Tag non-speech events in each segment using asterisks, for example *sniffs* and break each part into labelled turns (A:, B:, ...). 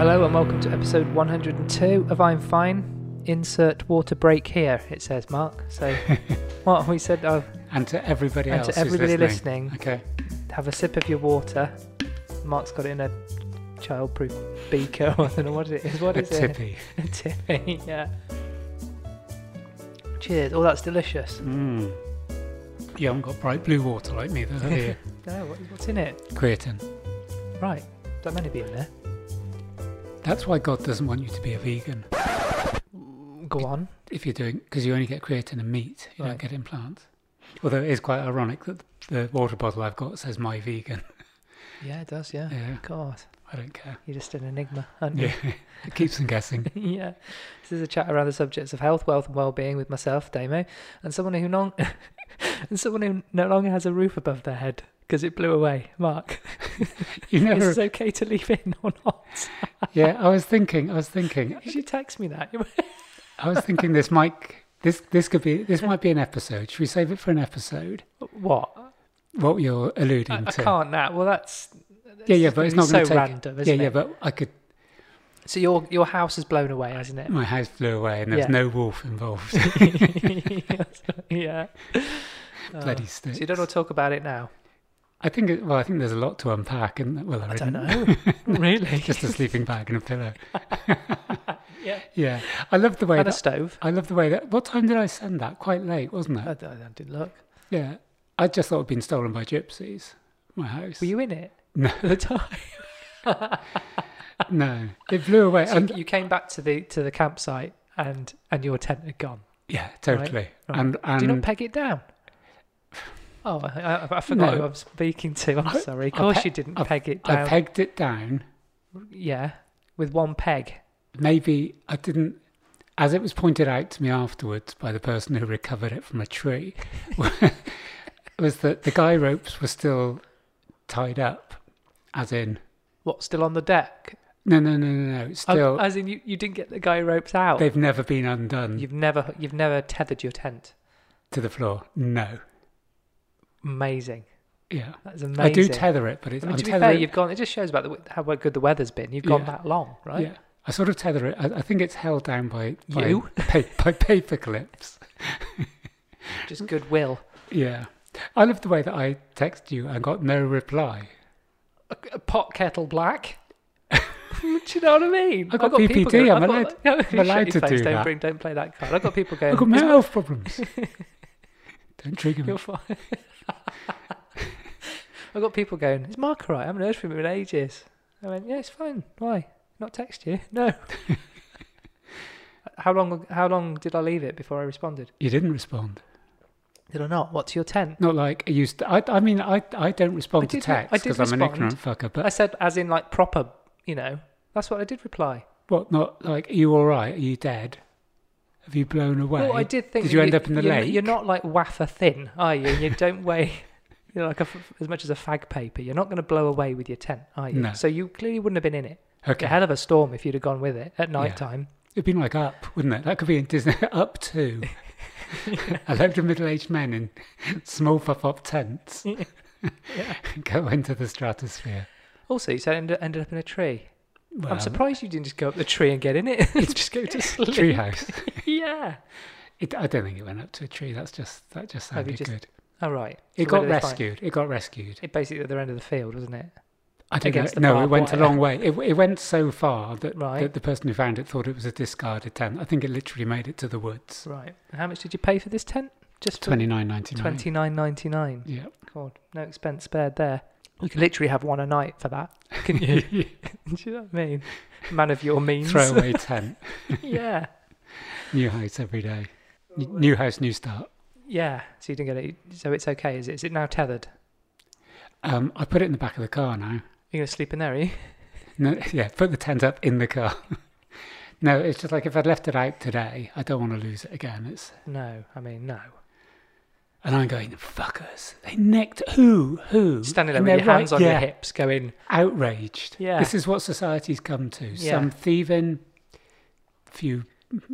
A: and welcome to episode 102 of I'm Fine. Insert water break here, it says, Mark.
B: *laughs*
A: So, what we said, oh,
B: And to everybody
A: and
B: else
A: to
B: who's
A: everybody
B: listening.
A: listening,
B: Okay.
A: have a sip of your water. Mark's got it in a childproof beaker. *laughs* I don't know what it is. What
B: a
A: is it?
B: tippy.
A: *laughs* A tippy, yeah. Cheers. Oh, that's delicious.
B: Mm. You haven't got bright blue water like me, though,
A: *laughs*
B: have you?
A: No, what, what's in it?
B: Creatine.
A: Right. Don't many be in there.
B: That's why God doesn't want you to be a vegan.
A: Go on.
B: If you're doing, because you only get creatine in meat, you
A: Right.
B: don't get it in plants. Although it is quite ironic that the water bottle I've got says
A: *laughs*
B: my vegan.
A: Yeah, it does, yeah.
B: Yeah,
A: God,
B: I don't care.
A: you're just an enigma, aren't you?
B: Yeah, *laughs* it keeps
A: *laughs*
B: them guessing.
A: yeah. This is a chat around the subjects of health, wealth, and well-being with myself, Damo, and someone who non- *laughs* and someone who no longer has a roof above their head because it blew away. Mark, *laughs*
B: You
A: is
B: *laughs* never.
A: it okay to leave in or not? *laughs*
B: yeah, I was thinking. I was thinking. *laughs*
A: You should text me that. *laughs*
B: I was thinking. This might. This this could be. This might be an episode. Should we save it for an episode?
A: what?
B: What you're alluding
A: I, I
B: to?
A: can't now. Well, that's
B: Yeah,
A: this
B: yeah,
A: is
B: but it's
A: gonna be
B: not going
A: so
B: to take.
A: random,
B: yeah,
A: isn't
B: yeah,
A: it?
B: but I could.
A: So your your house is blown away, hasn't it?
B: My house flew away, and there was
A: Yeah.
B: no wolf involved. *laughs*
A: *laughs* yeah.
B: Bloody
A: Oh.
B: sticks.
A: So you don't want to talk about it now?
B: I think. It, well, I think there's a lot to unpack, and well, there
A: I don't
B: isn't.
A: know. *laughs* really?
B: *laughs* Just
A: *laughs*
B: a sleeping bag and a pillow.
A: yeah.
B: Yeah, I love the way
A: And a
B: that.
A: stove.
B: I love the way that. What time did I send that? Quite late, wasn't
A: I, I
B: it?
A: didn't look.
B: Yeah, I just thought it'd been stolen by gypsies. My house.
A: Were you in it?
B: No.
A: At the time.
B: No, it flew away.
A: So
B: and
A: you came back to the to the campsite and and your tent had gone.
B: yeah, totally.
A: right.
B: And and
A: Do you not peg it down? Oh, I, I, I forgot
B: No.
A: who I'm speaking to. I'm
B: I-
A: sorry. Of
B: I
A: course
B: pe-
A: you didn't
B: I-
A: peg it
B: I
A: down.
B: pegged it down.
A: yeah, with one peg.
B: maybe I didn't, as it was pointed out to me afterwards by the person who recovered it from a tree, *laughs* was that the guy ropes were still tied up, as in,
A: What? Still on the deck?
B: no, no, no, no, no,
A: Oh,
B: still,
A: As in, you, you didn't get the guy ropes out.
B: they've never been undone
A: You've never you've never tethered your tent.
B: to the floor. No.
A: Amazing.
B: Yeah.
A: That is amazing.
B: I do tether it, but it's,
A: I mean,
B: I'm
A: to be fair,
B: tethering
A: you've gone. It just shows about the, w- how good the weather's been. You've gone
B: Yeah.
A: that long, right?
B: Yeah. I sort of tether it. I, I think it's held down by, by,
A: You?
B: *laughs* pa- by paper clips.
A: Just goodwill.
B: Yeah. I love the way that I text you and got no reply.
A: a, a pot kettle black. *laughs* Do you know what I mean?
B: I've got PPD,
A: going-
B: I'm
A: I've got-
B: allowed-
A: no, *laughs* shut
B: allowed
A: your
B: to
A: face,
B: do
A: don't
B: that.
A: Bring, don't play that card. I've got people going.
B: I've got mental health problems. Don't trigger
A: *laughs*
B: me.
A: You're fine. *laughs* I've got people going. Is Mark alright? I haven't heard from him in ages. I went. Yeah, it's fine. Why? Not text you? No. how long? How long did I leave it before I responded?
B: You didn't respond.
A: Did I not? What's your tent?
B: Not like I used. To, I, I mean, I, I don't respond
A: I
B: to
A: did re- I
B: text
A: did
B: because I'm an
A: respond.
B: ignorant fucker.
A: I
B: But
A: said, as in like proper. You know, that's what I did reply.
B: what? Not like are you all right? Are you dead? Have you blown away?
A: Well, I did think.
B: Did
A: that
B: you end up in the
A: you're,
B: lake?
A: You're not like wafer thin, are you? You don't *laughs* weigh. You're like a f as much as a fag paper. You're not going to blow away with your tent, are you?
B: No.
A: So you clearly wouldn't have been in it.
B: Okay,
A: A hell of a storm if you'd have gone with it at night time.
B: it'd been like up, wouldn't it? That could be in Disney. *laughs*
A: *laughs*
B: up to a load of middle-aged men in small pop-up
A: *laughs*
B: tents *laughs* go into the stratosphere.
A: Also, you said it ended, ended up in a tree.
B: Well,
A: I'm surprised you didn't just go up the tree and get in
B: *laughs*
A: it. *laughs* just go to sleep.
B: Treehouse.
A: yeah.
B: It, I don't think it went up to a tree. That's just that just
A: Have you
B: sounded
A: just-
B: good.
A: All right.
B: It
A: So where
B: got
A: did they find-
B: rescued. It got rescued.
A: It basically at the end of the field, wasn't it?
B: I don't
A: against the
B: know. no, it
A: barbed
B: went
A: wire.
B: a long way. It, it went so far that,
A: Right.
B: that the person who found it thought it was a discarded tent. I think it literally made it to the woods.
A: Right. And how much did you pay for this tent? Just for
B: Twenty nine ninety nine.
A: twenty nine ninety nine.
B: Yeah.
A: God, no expense spared there. You could literally have one a night for that,
B: *laughs*
A: couldn't you? *laughs* Do you know what I mean? Man of your means.
B: Throwaway tent.
A: *laughs* yeah.
B: New house every day. N- New house, new start.
A: Yeah. So you didn't get it. So it's okay, is it? Is it now tethered?
B: Um, I put it in the back of the car now.
A: You're going to sleep in there, are you?
B: No, *laughs* yeah, put the tent up in the car. *laughs* no, it's just like if I'd left it out today, I don't want to lose it again. It's
A: No. I mean, no.
B: Mm-hmm. and I'm going fuckers. They nicked who who
A: Standing there
B: And
A: with your
B: they're right-
A: hands on
B: yeah.
A: your hips going,
B: outraged.
A: Yeah.
B: This is what society's come to.
A: Yeah.
B: Some thieving few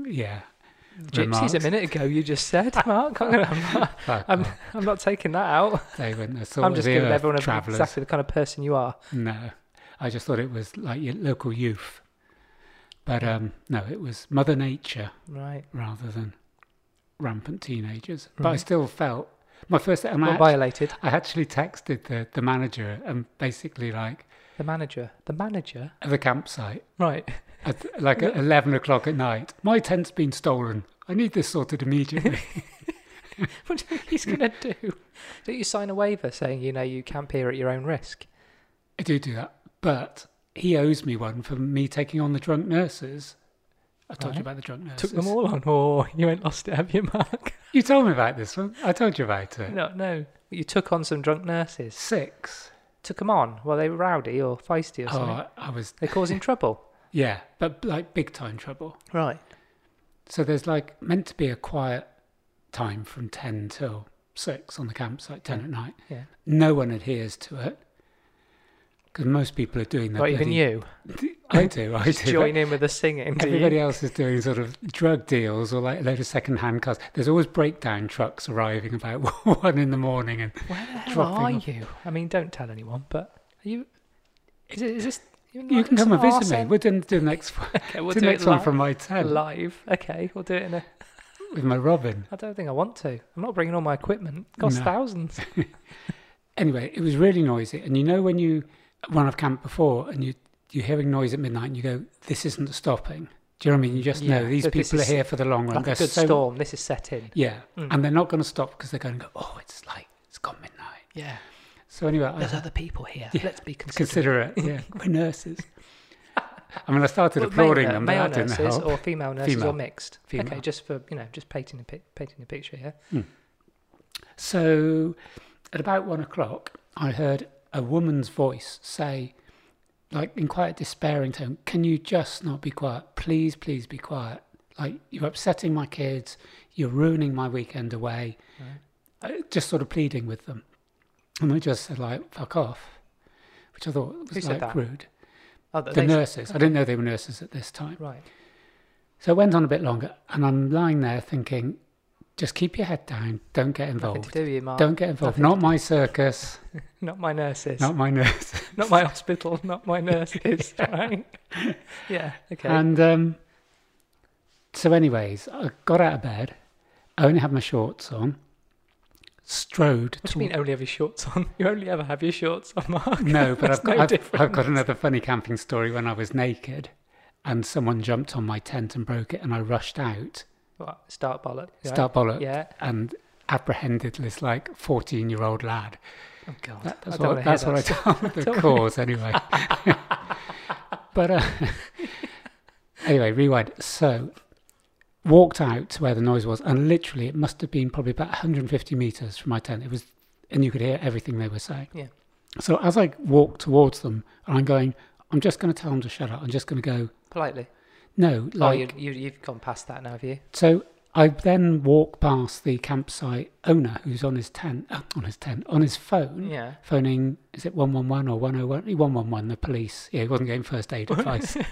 B: yeah.
A: gypsies a
B: remarks.
A: minute ago, you just said, *laughs* Mark. I'm, gonna, I'm, not,
B: Fuck
A: I'm,
B: off.
A: I'm not taking that out.
B: they went
A: *laughs*
B: the uh,
A: I'm just giving everyone a,
B: travellers.
A: exactly the kind of person you are.
B: No. I just thought it was like your local youth. But um, no, it was Mother Nature
A: Right.
B: rather than rampant teenagers. But I
A: Right.
B: still felt my first. And I,
A: Mm-hmm. Well,
B: act-
A: violated.
B: I actually texted the, the manager and basically like
A: The manager. The manager.
B: at the campsite
A: Right. *laughs*
B: at like at eleven o'clock at night. My tent's been stolen. I need this sorted immediately.
A: What do you think he's gonna do? Don't you sign a waiver saying you know you camp here at your own risk?
B: I do do that, but he owes me one for me taking on the drunk nurses. I told you
A: Right.
B: about the drunk nurses.
A: Took them all on, or you ain't lost it, have you, Mark?
B: You told me about this one. I told you about it.
A: No, no. You took on some drunk nurses.
B: Six.
A: Took them on. Well, they were rowdy or feisty or
B: Oh,
A: something.
B: I, I was
A: They're causing trouble.
B: yeah, but like big time trouble.
A: Right.
B: So there's like meant to be a quiet time from ten till six on the campsite, ten at night.
A: Yeah.
B: No one adheres to it because most people are doing that.
A: Not even
B: *laughs*
A: you.
B: I do. I do.
A: Join in with the singing. do you?
B: Everybody else is doing sort of drug deals or like a load of second-hand cars. There's always breakdown trucks arriving about *laughs* one in the morning, and
A: Where the hell
B: dropping
A: are
B: off.
A: you? I mean, don't tell anyone, but are you. Is, it, is this. You're
B: you
A: not-
B: can come and
A: it's an
B: visit me.
A: arse
B: We're doing the next one.
A: end. Okay, we'll
B: the
A: do
B: next
A: it
B: one
A: live.
B: from my tent
A: live. Okay, we'll do it in a.
B: with my Robin.
A: I don't think I want to. I'm not bringing all my equipment. It costs
B: No.
A: thousands.
B: Anyway, it was really noisy, and you know when you when I've camped before, and you you're hearing noise at midnight, and you go, "This isn't stopping." Do you know what I mean? You just
A: Yeah,
B: know these
A: that this
B: people are
A: is
B: here for the long run.
A: Like a
B: They're
A: good
B: so-
A: storm. This is set in.
B: Yeah,
A: Mm.
B: and they're not going to stop because they're going to go, "Oh, it's like it's gone midnight."
A: Yeah.
B: So anyway, I
A: There's other people here.
B: Yeah.
A: Let's be considerate.
B: *laughs* consider it. Yeah, we're nurses. *laughs* I mean, I started
A: Well,
B: applauding
A: male,
B: them, but
A: male
B: that didn't
A: nurses
B: help.
A: or female nurses
B: Female.
A: or mixed. Okay,
B: Female.
A: just for you know, just painting a pic- painting a picture here.
B: So at about one o'clock, I heard a woman's voice say, like in quite a despairing tone, Can you just not be quiet? Please, please be quiet. Like, you're upsetting my kids. You're ruining my weekend away. Uh, just sort of pleading with them. And I just said, like, fuck off, which I thought
A: Who
B: was
A: said
B: like
A: that?
B: rude.
A: Oh, th-
B: The
A: they-
B: nurses. I didn't know they were nurses at this time.
A: *laughs* Right.
B: So it went on a bit longer, and I'm lying there thinking, just keep your head down, don't get
A: Nothing to
B: involved.
A: do with you, Mark.
B: Don't get involved.
A: Nothing
B: Not my circus,
A: Not my nurses.
B: not my nurse.
A: Not my hospital. Not my nurses. *laughs* Right. Yeah. Okay.
B: And um, so, anyways, I got out of bed. I only had my shorts on.
A: *laughs*
B: Strode
A: what do
B: to
A: you mean? Only have your shorts on? *laughs* You only ever have your shorts on, Mark.
B: no,
A: *laughs*
B: but
A: That's
B: I've got
A: no
B: I've, I've got
A: difference.
B: another funny camping story. When I was naked, and someone jumped on my tent and broke it, and I rushed out,
A: What? Start bollock. right?
B: start bollock,
A: Yeah.
B: and apprehended this like fourteen-year-old lad.
A: Oh God.
B: That,
A: I
B: that's
A: don't
B: what,
A: wanna
B: that's
A: hear
B: what I
A: that.
B: told the
A: Don't wanna-
B: cause anyway. *laughs* but uh, *laughs* anyway, rewind. So walked out to where the noise was, and literally it must have been probably about 150 meters from my tent. It was, and you could hear everything they were saying.
A: Yeah.
B: So as I walked towards them, and I'm going, I'm just going to tell them to shut up. I'm just going to go,
A: Politely.
B: no,
A: Oh,
B: like
A: you, you, you've gone past that now, have you?
B: so I then walk past the campsite owner who's on his tent, uh, on his tent, on his phone,
A: Yeah.
B: phoning, is it 111 or 101? 111, the police. Yeah, he wasn't getting first aid
A: *laughs*
B: advice.
A: I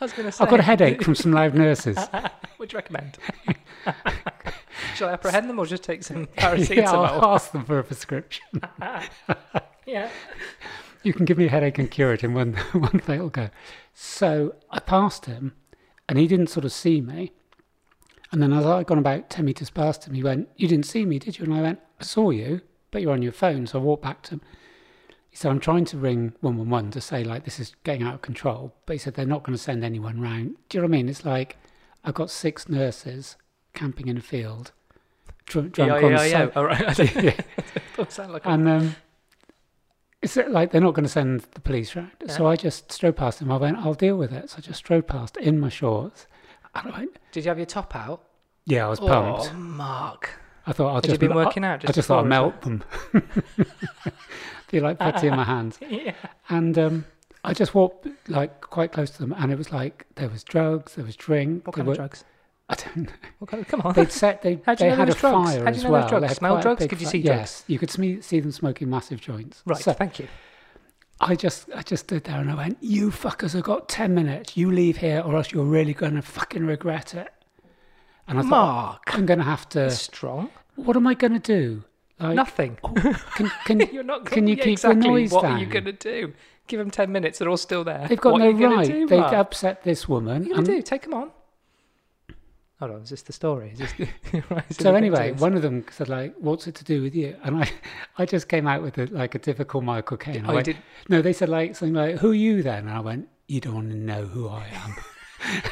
A: was going to say.
B: I've got a headache from some loud nurses.
A: Would you recommend? *laughs* Shall I apprehend them or just take *laughs* some
B: *laughs* yeah,
A: paracetamol?
B: I'll ask them for a prescription.
A: yeah.
B: You can give me a headache and cure it in one, *laughs* one fatal go. So I passed him and he didn't sort of see me. And then as I'd gone about 10 metres past him, he went, You didn't see me, did you? And I went, I saw you, but you're on your phone. So I walked back to him. He said, I'm trying to ring 111 to say, like, this is getting out of control. But he said, They're not going to send anyone round. Do you know what I mean? It's like, I've got six nurses camping in a field, dr- drunk
A: Yeah,
B: on
A: yeah, yeah.
B: site.
A: All right. *laughs*
B: *laughs* Yeah.
A: Don't sound like a-
B: And um, it's uh, like they're not going to send the police round. So I just strode past him. I went, I'll deal with it. So I just strode past in my shorts. And I went,
A: Did you have your top out?
B: yeah, I was
A: Oh,
B: pumped.
A: Mark.
B: I thought I'll
A: Had you
B: just
A: been
B: mel-
A: working out?
B: I, I just thought I'd
A: before as
B: melt them. *laughs* Feel like putty
A: *laughs*
B: in my hands.
A: well? Yeah.
B: And um, I just walked like quite close to them, and it was like there was drugs, there was drink.
A: What
B: there
A: kind
B: were,
A: of drugs?
B: *laughs* I don't know.
A: What kind of, come on.
B: They'd set they,
A: How'd you
B: they
A: know there
B: had a
A: was drugs? How'd you
B: fire as
A: know there was
B: well.
A: drugs?
B: They had
A: Smell
B: quite a
A: drugs?
B: big
A: Could you
B: fi-
A: see drugs?
B: Yes, you could see, see them smoking massive joints.
A: *laughs* right.
B: So
A: thank you.
B: I just I just stood there and I went, You fuckers have got ten minutes. You leave here or else you're really gonna fucking regret it. And I thought uh,
A: Mark.
B: I'm gonna have to
A: Strong.
B: what am I gonna do? Like
A: Nothing.
B: can can
A: You're not.
B: Can you
A: yeah, *laughs*
B: keep the
A: exactly.
B: noise
A: What are you
B: down?
A: going to do? Give them 10 minutes, they're all still there.
B: They've got
A: What
B: no
A: are you gonna
B: right.
A: do,
B: They've um,
A: Mark?
B: upset this
A: What are
B: woman.
A: you going
B: and-
A: to do? Take them on. *laughs* Hold on, is this the story? Is
B: *laughs*
A: this *laughs* right, is it
B: So
A: the
B: anyway,
A: victims?
B: one of them said like, "What's it to do with you?" And I, *laughs* I just came out with a, like a typical Michael Caine. I
A: oh, you
B: went,
A: did,
B: No, they said like something like, "Who are you then?" And I went, "You don't want to know who I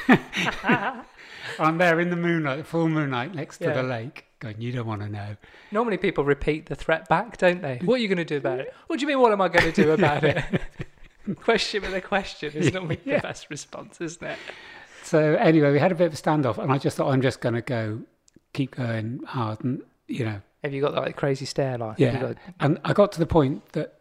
B: am."
A: *laughs*
B: I'm there in the moonlight, full moonlight, next to
A: Yeah.
B: the lake, going, "You don't want to know."
A: normally people repeat the threat back, don't they? What are you going to do about it? What do you mean, what am I going to do about it? *laughs* question with a question is normally the best response, isn't it?
B: So anyway, we had a bit of a standoff, and I just thought, I'm just going to go, keep going hard, and you know,
A: Have you got like crazy stare like?
B: Yeah.
A: Have you got-
B: And I got to the point that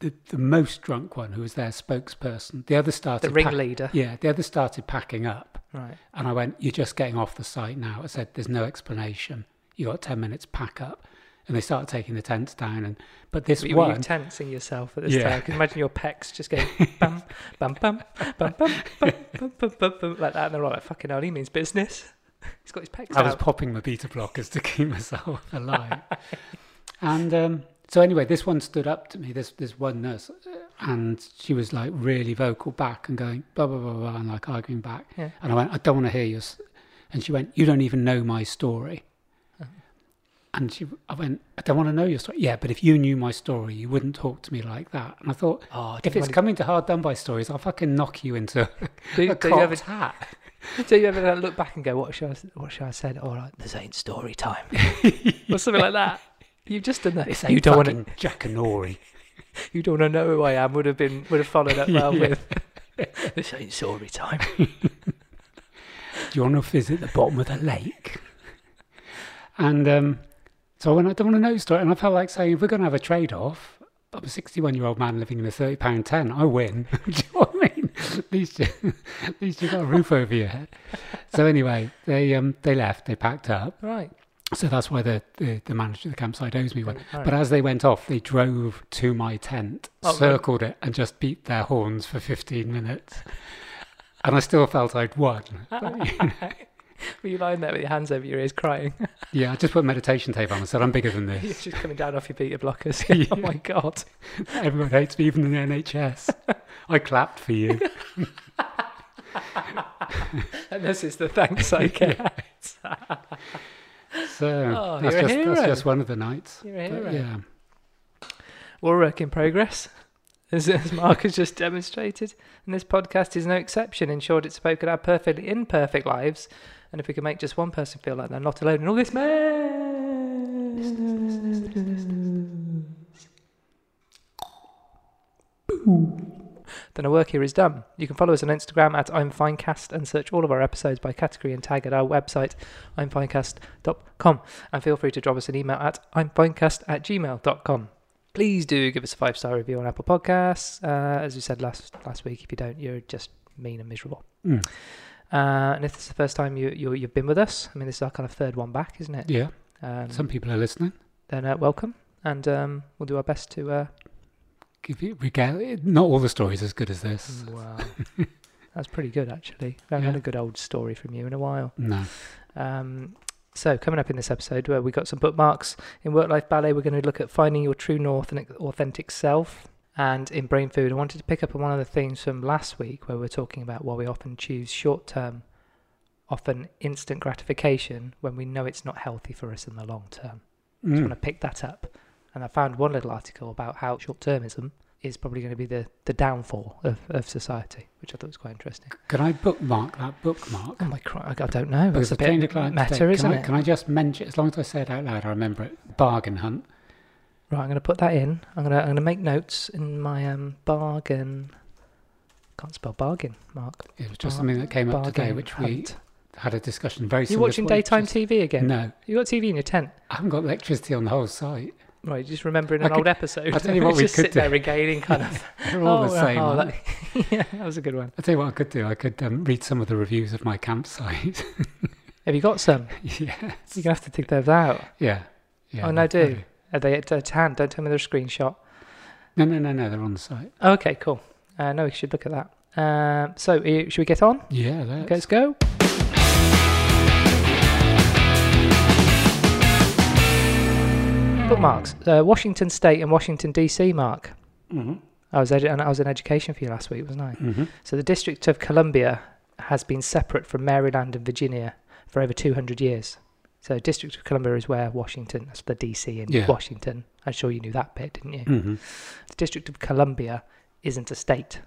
B: the, the most drunk one, who was their spokesperson, the other started
A: the
B: pack-
A: ringleader.
B: yeah, the other started packing up,
A: Right.
B: and I went, "You're just getting off the site now." I said, "There's no explanation. You got ten minutes. Pack up." And they started taking the tents down, and but this
A: Were you, were you
B: one,
A: tensing yourself at this
B: Yeah.
A: time? 'Cause imagine your pecs just *laughs* going bum, bum, bum, bum, bum, bum, bum, bum, bum, bum, like that. And they're all like, fucking hell, he means business. *laughs* He's got his pecs
B: I was
A: out.
B: popping the beta blockers to *laughs* keep myself
A: *laughs*
B: alive. and um, so anyway, this one stood up to me. This this one nurse, and she was like really vocal back and going blah blah blah blah and like arguing back.
A: Yeah.
B: And I went, I don't want to hear your. s-" And she went, you don't even know my story.
A: Uh-huh.
B: And she, I went, I don't want to know your story. Yeah, but if you knew my story, you wouldn't talk to me like that. And I thought,
A: Oh, I
B: if
A: didn't
B: it's coming to hard done by stories, I'll fucking knock you into
A: Do,
B: a
A: you- do you ever *laughs*
B: cocked hat. *laughs*
A: do you ever like, look back and go, what should I, what should I said? All right, this ain't story time, or something like that. You've just done that.
B: This
A: you
B: ain't
A: don't want
B: fucking Jackanory.
A: to. You don't want to know who I am. Would have been would have followed up *laughs* well
B: Yeah.
A: with. this ain't story time.
B: Do you want to visit the bottom of the lake? And um, so I went, I don't want to know your story. And I felt like saying, if we're going to have a trade off, I'm a 61 year old man living in a £30 tent, I win. *laughs* Do you know what I mean? At least, you, at least you've got a roof over your head. So anyway, they um, they left, they packed up.
A: Right.
B: So that's why the, the, the manager of the campsite owes me one.
A: All
B: But
A: right.
B: as they went off, they drove to my tent,
A: Oh, good.
B: circled it, and just beat their horns for 15 minutes. And I still felt I'd won.
A: *laughs* Were you lying there with your hands over your ears, crying? *laughs*
B: Yeah, I just put meditation tape on and said, I'm bigger than
A: You're *laughs*
B: this.
A: just coming down off your beta *laughs* blockers.
B: Yeah.
A: Oh my god.
B: Everyone hates me, even
A: *laughs*
B: the NHS. I clapped for you.
A: And this is the thanks I get.
B: So
A: Oh, you're a
B: that's, just, that's
A: hero.
B: just one of the nights.
A: You're a hero.
B: But yeah.
A: We're a work in progress, *laughs* as, as Mark has just demonstrated, and this podcast is no exception. In short, it's spoken our perfectly imperfect lives, and if we can make just one person feel like they're not alone in all this madness, then our work here is done. You can follow us on Instagram at I'm Finecast and search all of our episodes by category and tag at our website, imfinecast.com. And feel free to drop us an email at imfinecast at gmail.com. Please do give us a five star review on Apple Podcasts. Uh, as we said last last week, if you don't, you're just mean and miserable.
B: Mm.
A: Uh, and if this is the first time you, you, you've been with us, I mean, this is our kind of third one back, isn't it?
B: Yeah.
A: Um,
B: Some people are listening.
A: Then uh, welcome, and um, we'll do our best to.
B: *laughs*
A: Uh,
B: Give you regale. Not all the stories as good as this.
A: wow. That's pretty good, actually. I haven't had
B: Yeah.
A: a good old story from you in a while.
B: No.
A: Um, so, coming up in this episode, where we got some bookmarks in Work Life Ballet, we're going to look at finding your true north and authentic self. And in Brain Food, I wanted to pick up on one of the themes from last week, where we are talking about why we often choose short term, often instant gratification, when we know it's not healthy for us in the long term. So, I'm
B: Mm.
A: going to pick that up. And I found one little article about how short termism is probably going to be the, the downfall of, of society, which I thought was quite interesting.
B: Can I bookmark that bookmark?
A: Oh my Christ, I I don't know.
B: Because
A: It's
B: I
A: a
B: trained a
A: bit
B: client
A: meta,
B: today. Can
A: isn't
B: I,
A: it?
B: Can I just mention, as long as I say it out loud, I remember it. Bargain hunt.
A: Right, I'm going to put that in. I'm going to I'm going to make notes in my um bargain. Can't spell bargain, Mark.
B: It was
A: Bar-
B: just something that came up
A: Bargain.
B: today, which we
A: hunt.
B: had a discussion very
A: You're
B: similar to
A: watching
B: what you
A: daytime
B: just-
A: TV again.
B: No.
A: You got TV in your tent,
B: I haven't got electricity on the whole site.
A: right? You're just remembering
B: I
A: an
B: could-
A: old episode.
B: I'll tell you
A: *laughs*
B: what we
A: just
B: could
A: sit
B: do.
A: there regaling kind of.
B: *laughs* They're all the
A: Oh, well,
B: same. aren't they?
A: that, *laughs* yeah, that was a good one.
B: I'll tell you what I could do. I could um, read some of the reviews of my campsite. *laughs*
A: Have you got some?
B: yeah.
A: You're gonna have to dig those out.
B: Yeah. Yeah.
A: Oh, no, do.
B: probably.
A: Are they at at hand? Don't tell me they're a screenshot.
B: No, no, no, no. They're on the site.
A: Okay, cool. Uh, no, we should look at that. Um, so, uh, should we get on?
B: Yeah. That's,
A: Okay, let's go. Bookmarks. Uh, Washington State and Washington DC. Mark.
B: Mhm.
A: I I was edu- and I was in education for you last week, wasn't I?
B: hmm
A: So the District of Columbia has been separate from Maryland and Virginia for over 200 years. So District of Columbia is where Washington, that's the DC in
B: Yeah.
A: Washington. I'm sure you knew that bit, didn't you?
B: hmm
A: The District of Columbia isn't a state,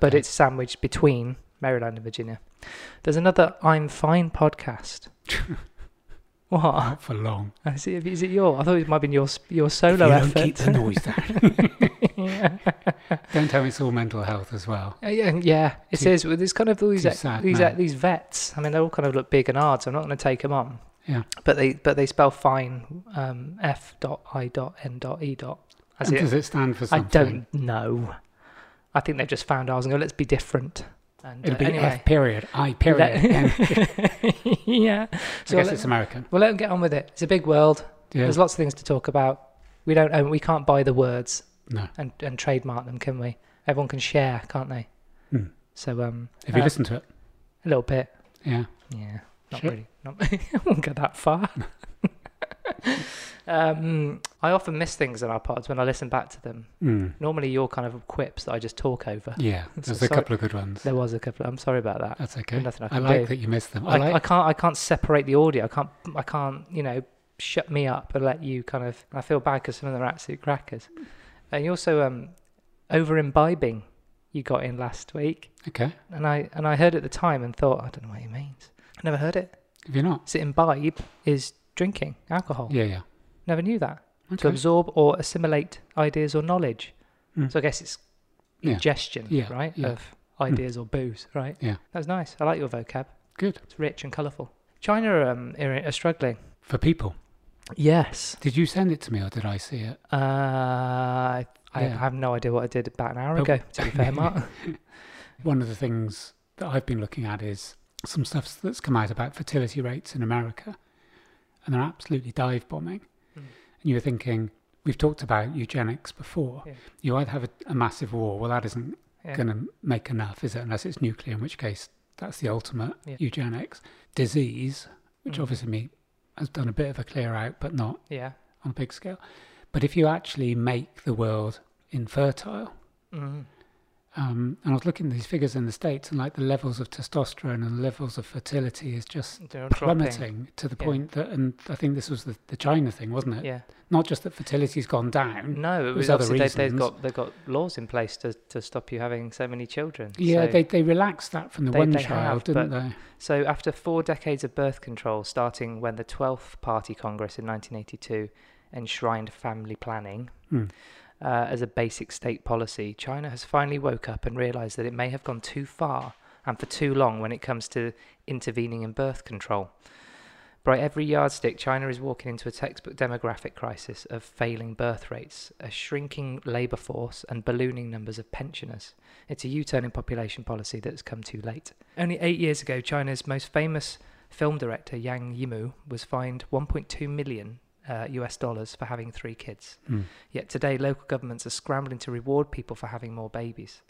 A: but it's sandwiched between Maryland and Virginia. There's another I'm Fine
B: *laughs*
A: podcast. what?
B: not for long.
A: Is it, is it your? I thought it might have been your, sp- your solo
B: you
A: effort.
B: don't keep the noise down.
A: *laughs* yeah.
B: don't tell me it's all mental health as well.
A: Uh, Yeah, yeah, it
B: Too-
A: is. Well, There's kind of all these
B: too
A: ex-
B: sad
A: these
B: now.
A: ex- these vets. I mean, they all kind of look big and hard, so I'm not going to take them on.
B: Yeah.
A: But they but they spell fine. Um, F dot I dot N dot E dot. As
B: And
A: it-
B: does it stand for
A: I
B: something?
A: don't know. I think they've just found ours and go. Let's be different. And
B: It'll
A: uh,
B: be
A: anyway,
B: F period,
A: *laughs*
B: I period. and *laughs*
A: yeah.
B: I
A: So
B: guess
A: let,
B: it's American.
A: we'll let them get on with it. It's a big world.
B: Yeah.
A: There's lots of things to talk about. We don't own. We can't buy the words
B: No.
A: and and trademark them, can we? Everyone can share, can't they?
B: Hmm.
A: So um.
B: If you
A: uh,
B: listen to it,
A: A little bit.
B: yeah.
A: Yeah. Not
B: Sure.
A: really. Not, *laughs* I won't go that far. *laughs* um, I often miss things in our pods when I listen back to them.
B: Mm.
A: Normally, your kind of quips that I just talk over.
B: Yeah. There's a
A: sorry.
B: couple of good ones.
A: There was a couple. I'm sorry about that.
B: That's okay.
A: nothing I
B: I
A: can
B: like
A: do.
B: that you missed them.
A: I,
B: I
A: I
B: like.
A: can't. I can't separate the audio. I can't. I can't. You know, shut me up and let you kind of. I feel bad because some of them are absolute crackers. And you also um, over imbibing. You got in last week,
B: Okay.
A: and I and I heard at the time and thought I don't know what he means. I never heard it.
B: If you're not.
A: So imbibe is drinking alcohol.
B: Yeah. Yeah.
A: Never knew that. To
B: Okay.
A: absorb or assimilate ideas or knowledge.
B: Mm.
A: So I guess it's
B: Yeah.
A: ingestion,
B: Yeah,
A: right?
B: yeah. Mm.
A: Of ideas or booze, right?
B: Yeah.
A: That was nice. I like your vocab.
B: Good
A: It's rich and colourful. China um, are, are struggling.
B: for people.
A: Yes.
B: Did you send it to me or did I see it?
A: Uh, I, I
B: Yeah.
A: have no idea what I did about an hour
B: Oh.
A: ago, to be fair,
B: *laughs*
A: Mark.
B: One of the things that I've been looking at is some stuff that's come out about fertility rates in America, and they're absolutely dive bombing.
A: Mm.
B: And you're thinking, we've talked about eugenics before.
A: Yeah.
B: You either have a, a massive war, well, that isn't
A: Yeah.
B: going to make enough, is it? Unless it's nuclear, in which case that's the ultimate
A: Yeah.
B: eugenics. Disease, which
A: Mm.
B: obviously me has done a bit of a clear out, but not
A: Yeah.
B: on a big scale. But if you actually make the world infertile,
A: Mm.
B: um, and I was looking at these figures in the States, and like the levels of testosterone and levels of fertility is just
A: They're all dropping.
B: plummeting to the
A: Yeah.
B: point that, and I think this was the, the China thing, wasn't it?
A: Yeah.
B: Not just that fertility's gone down.
A: No, it was
B: Mm. There's other
A: obviously they, they've
B: reasons.
A: got they've got laws in place to, to stop you having so many children.
B: Yeah,
A: so,
B: they, they relaxed that from the
A: They-
B: one
A: they
B: child,
A: have,
B: didn't they?
A: So, after four decades of birth control, starting when the 12th Party Congress in 1982 enshrined family planning
B: Hmm.
A: uh, as a basic state policy, China has finally woke up and realized that it may have gone too far and for too long when it comes to intervening in birth control. By every yardstick, China is walking into a textbook demographic crisis of failing birth rates, a shrinking labour force, and ballooning numbers of pensioners. It's a U turn in population policy that's come too late. Only eight years ago, China's most famous film director, Yang Yimou, was fined 1.2 million uh, US dollars for having three kids.
B: Hmm.
A: Yet today, local governments are scrambling to reward people for having more babies.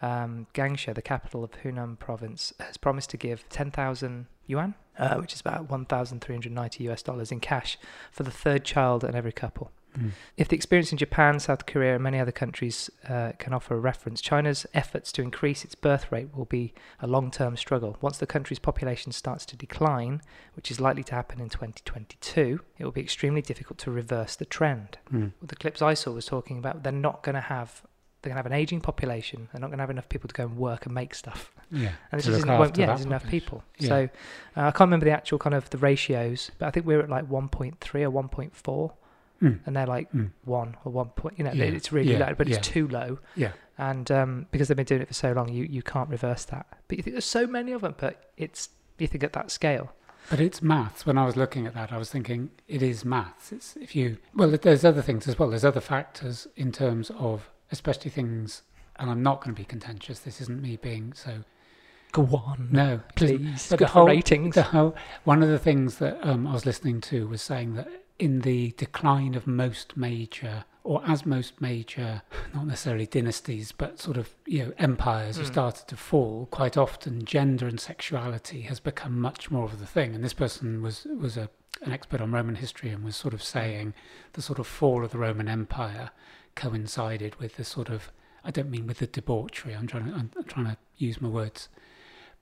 A: Um, Gangsha, the capital of Hunan province, has promised to give 10,000 yuan, uh, which is about 1,390 US dollars in cash for the third child and every couple.
B: Mm.
A: If the experience in Japan, South Korea, and many other countries uh, can offer a reference, China's efforts to increase its birth rate will be a long term struggle. Once the country's population starts to decline, which is likely to happen in 2022, it will be extremely difficult to reverse the trend
B: Mm.
A: the clips I saw was talking about they're not going to have they're going to have an aging population. They're not going to have enough people to go and work and make stuff.
B: Yeah.
A: And
B: to
A: there's
B: look
A: just won't,
B: after
A: yeah,
B: that
A: there's enough
B: population.
A: people.
B: Yeah.
A: So uh, I can't remember the actual kind of the ratios, but I think we're at like 1.3 or 1.4,
B: Mm.
A: and they're like
B: Mm.
A: one or one point. You know,
B: Yeah.
A: it's really
B: Yeah.
A: low, but
B: Yeah.
A: it's too low.
B: Yeah.
A: And um, because they've been doing it for so long, you you can't reverse that. But you think there's so many of them, but it's you think at that scale.
B: But it's maths. When I was looking at that, I was thinking it is maths. It's if you well, there's other things as well. There's other factors in terms of especially things. And I'm not going to be contentious. This isn't me being so.
A: Go on,
B: No, it isn't.
A: please.
B: But
A: Good
B: the
A: for
B: whole-
A: ratings.
B: The whole, one of the things that um, I was listening to was saying that in the decline of most major, or as most major, not necessarily dynasties, but sort of you know empires have
A: Mm.
B: started to fall, quite often gender and sexuality has become much more of the thing. And this person was was a an expert on Roman history and was sort of saying the sort of fall of the Roman Empire coincided with the sort of I don't mean with the debauchery. I'm trying to I'm, I'm trying to use my words,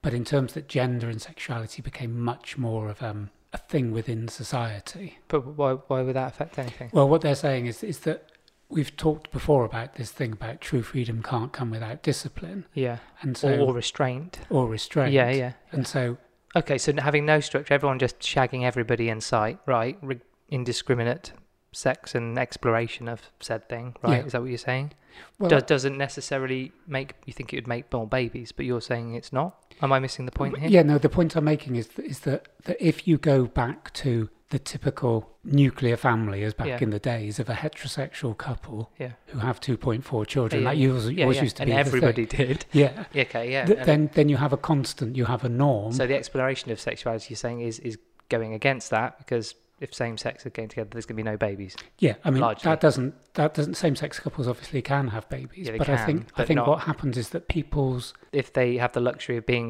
B: but in terms that gender and sexuality became much more of um, a thing within society.
A: But why, why would that affect anything?
B: Well, what they're saying is is that we've talked before about this thing about true freedom can't come without discipline,
A: Yeah.
B: and
A: Or,
B: so
A: or restraint.
B: or restraint.
A: Yeah, yeah.
B: And so
A: Okay, so having no structure, everyone just shagging everybody in sight, right? Re- indiscriminate sex and exploration of said thing, right?
B: Yeah.
A: Is that what you're saying?
B: well,
A: Does, doesn't necessarily make you think it would make more babies, but you're saying it's not. Am I missing the point here?
B: Yeah, no, the point I'm making is th- is that, that if you go back to the typical nuclear family as back
A: Yeah.
B: in the days of a heterosexual couple
A: Yeah.
B: who have 2.4 children,
A: Yeah,
B: that
A: yeah.
B: yours,
A: Yeah,
B: yours
A: yeah.
B: used to
A: and
B: be the thing.
A: everybody did.
B: Yeah.
A: Yeah, Okay, yeah.
B: Th-
A: and-
B: then then you have a constant, you have a norm.
A: so the exploration of sexuality you're saying is is going against that because if same sex are getting together, there's going to be no babies.
B: yeah, I mean
A: largely.
B: that doesn't that doesn't same-sex couples obviously can have babies,
A: Yeah, they
B: but I
A: can,
B: think I
A: but
B: think
A: not-
B: what happens is that people's
A: If they have the luxury of being,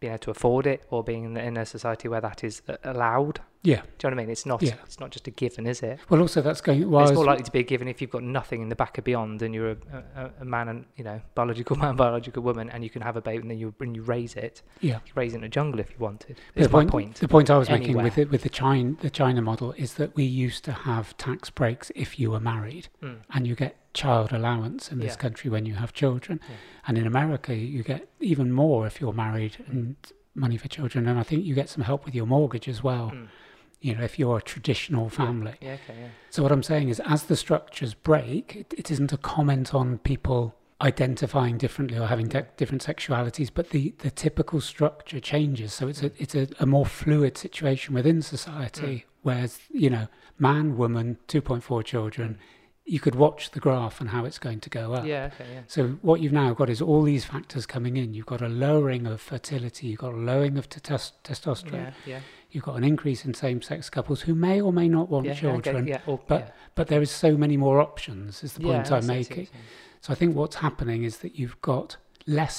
A: being able to afford it, or being in, in a society where that is uh, allowed.
B: yeah.
A: Do you know what I mean? It's not.
B: Yeah.
A: It's not just a given, is it?
B: Well, also that's going well,
A: it's
B: I
A: more
B: was-
A: likely to be a given if you've got nothing in the back of beyond, and you're a, a, a man and you know biological *laughs* man, biological woman, and you can have a baby, and then you and you raise it.
B: yeah.
A: You raise it in a jungle if you wanted.
B: The
A: It's my point.
B: The point I was making
A: Anywhere.
B: with it, with the China the China model is that we used to have tax breaks if you were married,
A: Mm.
B: and you get child allowance in this
A: Yeah.
B: country when you have children,
A: Yeah.
B: and in America you get even more if you're married and money for children, and I think you get some help with your mortgage as well.
A: Mm.
B: You know, if you're a traditional family.
A: Yeah. Okay. Yeah.
B: So what I'm saying is, as the structures break, it, it isn't a comment on people identifying differently or having de- different sexualities, but the, the typical structure changes. So it's a it's a, a more fluid situation within
A: Mm.
B: society. Whereas you know, man, woman, 2.4 children, you could watch the graph and how it's going to go up.
A: Yeah. Okay. Yeah.
B: So what you've now got is all these factors coming in. You've got a lowering of fertility. You've got a lowering of tetos- testosterone.
A: Yeah. Yeah.
B: You've got an increase in same-sex couples who may or may not want
A: yeah,
B: children.
A: Okay, yeah. Or,
B: but
A: yeah.
B: But there is so many more options, is the
A: Yeah,
B: point
A: I see, I
B: I'm
A: see what
B: making.
A: you're saying.
B: So I think what's happening is that you've got less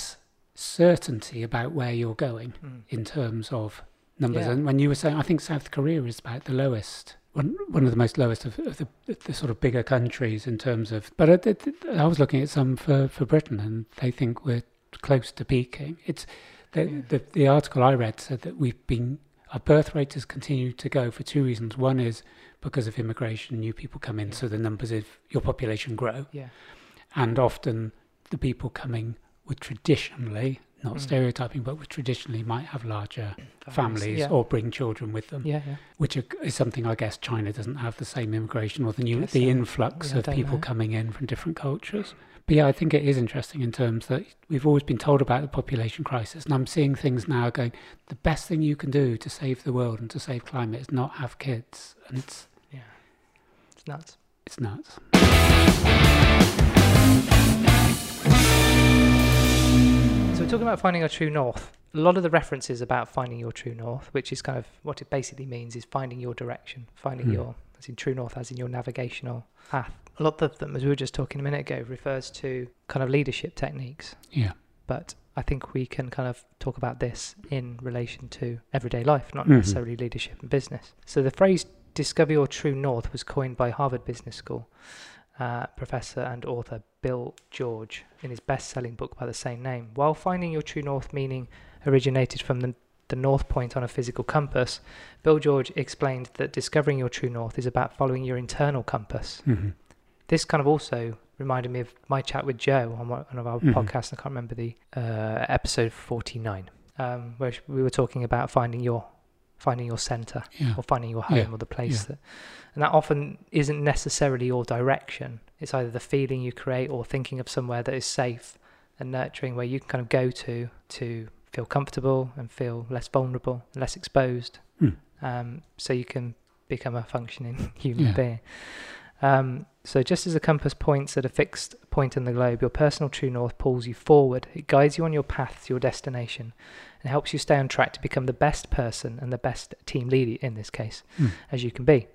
B: certainty about where you're going
A: Mm.
B: in terms of numbers.
A: Yeah.
B: And when you were saying, I think South Korea is about the lowest, one, one of the most lowest of, of the, the sort of bigger countries in terms of. But I, did- I was looking at some for, for Britain, and they think we're close to peaking. It's the,
A: Yeah.
B: the the article I read said that we've been our birth rate has continued to go for two reasons. One is because of immigration, new people come in,
A: Yeah.
B: so the numbers of your population grow
A: Yeah.
B: and often the people coming would traditionally not
A: Mm.
B: stereotyping but would traditionally might have larger families
A: Yeah.
B: or bring children with them
A: yeah. Yeah.
B: which are, is something i guess china doesn't have the same immigration or the new
A: Guess
B: the
A: so.
B: influx
A: Yeah, I
B: of
A: don't
B: people
A: know.
B: coming in from different cultures but yeah i think it is interesting in terms that we've always been told about the population crisis and i'm seeing things now going the best thing you can do to save the world and to save climate is not have kids and it's
A: Yeah. It's nuts.
B: it's nuts
A: So we're talking about finding our true north. A lot of the references about finding your true north, which is kind of what it basically means, is finding your direction, finding
B: Hmm.
A: your as in true north, as in your navigational path. A lot of them, as we were just talking a minute ago, refers to kind of leadership techniques.
B: yeah
A: But I think we can kind of talk about this in relation to everyday life, not
B: Mhm.
A: necessarily leadership and business. So the phrase "discover your true north" was coined by Harvard Business School uh, professor and author Bill George in his best-selling book by the same name. While finding your true north meaning originated from the the north point on a physical compass, Bill George explained that discovering your true north is about following your internal compass
B: hmm
A: this kind of also reminded me of my chat with Joe on one on our
B: Mhm.
A: podcast. I can't remember the uh, episode forty nine, um, where sh- we were talking about finding your finding your center
B: yeah
A: or finding your home
B: Yeah,
A: or the place that, and that often isn't necessarily your direction. It's either the feeling you create or thinking of somewhere that is safe and nurturing, where you can kind of go to to feel comfortable and feel less vulnerable, less exposed,
B: Hmm.
A: um, so you can become a functioning *laughs* human
B: Yeah.
A: being. Um, so just as a compass points at a fixed point in the globe, your personal true north pulls you forward. It guides you on your path to your destination and helps you stay on track to become the best person and the best team leader in this case
B: Hmm.
A: as you can be.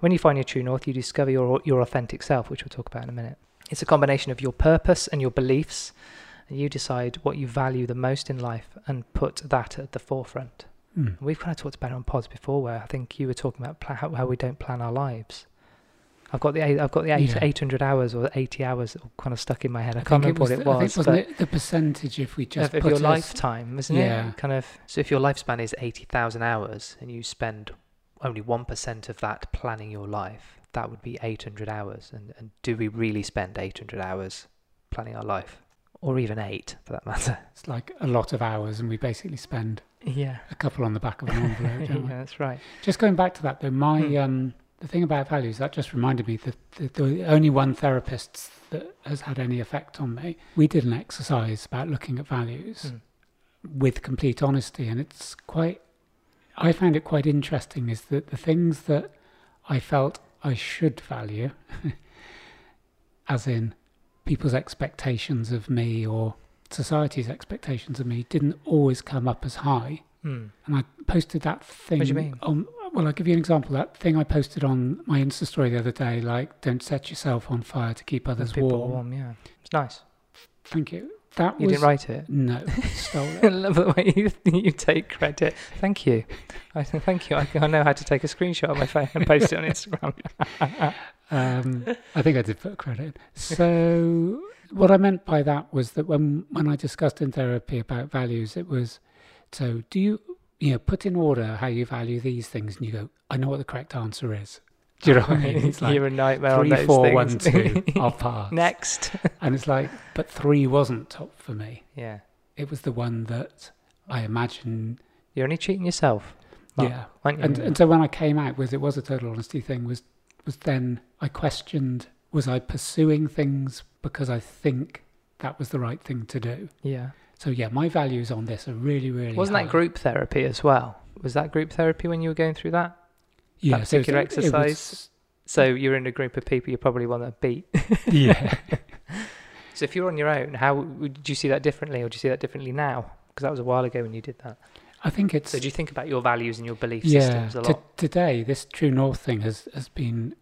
A: When you find your true north, you discover your your authentic self, which we'll talk about in a minute. It's a combination of your purpose and your beliefs, and you decide what you value the most in life and put that at the forefront.
B: Mm.
A: And we've kind of talked about it on pods before, where I think you were talking about pla- how, how we don't plan our lives. I I've got the eight, I've got the eight,
B: Yeah.
A: 800 hours or 80 hours all kind of stuck in my head. I,
B: I
A: can't
B: think
A: remember
B: it was
A: what
B: the- I
A: it was.
B: think, wasn't it the percentage if we just
A: of, of
B: put
A: your
B: us-
A: lifetime, isn't
B: Yeah.
A: it? Kind of. So if your lifespan is eighty thousand hours and you spend only one percent of that planning your life, that would be eight hundred hours. And and do we really spend eight hundred hours planning our life, or even eight for that matter?
B: It's like a lot of hours, and we basically spend
A: Yeah.
B: a couple on the back of an
A: *laughs*
B: envelope.
A: yeah,
B: don't we?
A: that's right.
B: Just going back to that though, my
A: Hmm.
B: um, the thing about values that just reminded me that the, the only one therapist that has had any effect on me. We did an exercise about looking at values with complete honesty, and it's quite. I found it quite interesting is that the things that I felt I should value, *laughs* as in people's expectations of me or society's expectations of me, didn't always come up as high
A: Mm.
B: and I posted that thing.
A: do you mean?
B: On, well, I'll give you an example. That thing I posted on my Insta story the other day, like, don't set yourself on fire to keep others
A: People
B: warm.
A: are Yeah. It's nice.
B: Thank you. That
A: You
B: was.
A: didn't write it. *laughs*
B: No, *laughs* stole
A: I
B: it.
A: love the way you, you take credit. Thank you. I, thank you. I, I know how to take a screenshot of my phone and post it on Instagram.
B: Um, I think I did put credit. in. So, what I meant by that was that when, when I discussed in therapy about values, it was so do you, you know, put in order how you value these things, and you go, I know what the correct answer is. *laughs* Do you know what
A: *laughs*
B: I mean? It's like
A: You're a nightmare on
B: three,
A: those
B: four, one,
A: things.
B: two. I'll pass.
A: *laughs* Next.
B: And it's like, but three wasn't top for me.
A: Yeah.
B: It was the one that I imagine.
A: You're only cheating yourself. Mark,
B: yeah.
A: Aren't you?
B: And and so when I came out with it was a total honesty thing was was then I questioned was I pursuing things because I think that was the right thing to do.
A: yeah.
B: So yeah, my values on this are really really.
A: Wasn't
B: high.
A: that group therapy as well? Was that group therapy when you were going through that?
B: Yeah,
A: that
B: so it-
A: particular
B: it was-
A: exercise? So you're in a group of people, you're probably one that beat.
B: *laughs* yeah.
A: So if you're on your own, how would you see that differently, or do you see that differently now? Because that was a while ago when you did that.
B: I think it's
A: So do you think about your values and your belief
B: yeah.
A: systems a
B: to-
A: lot?
B: today, this True North thing has has been,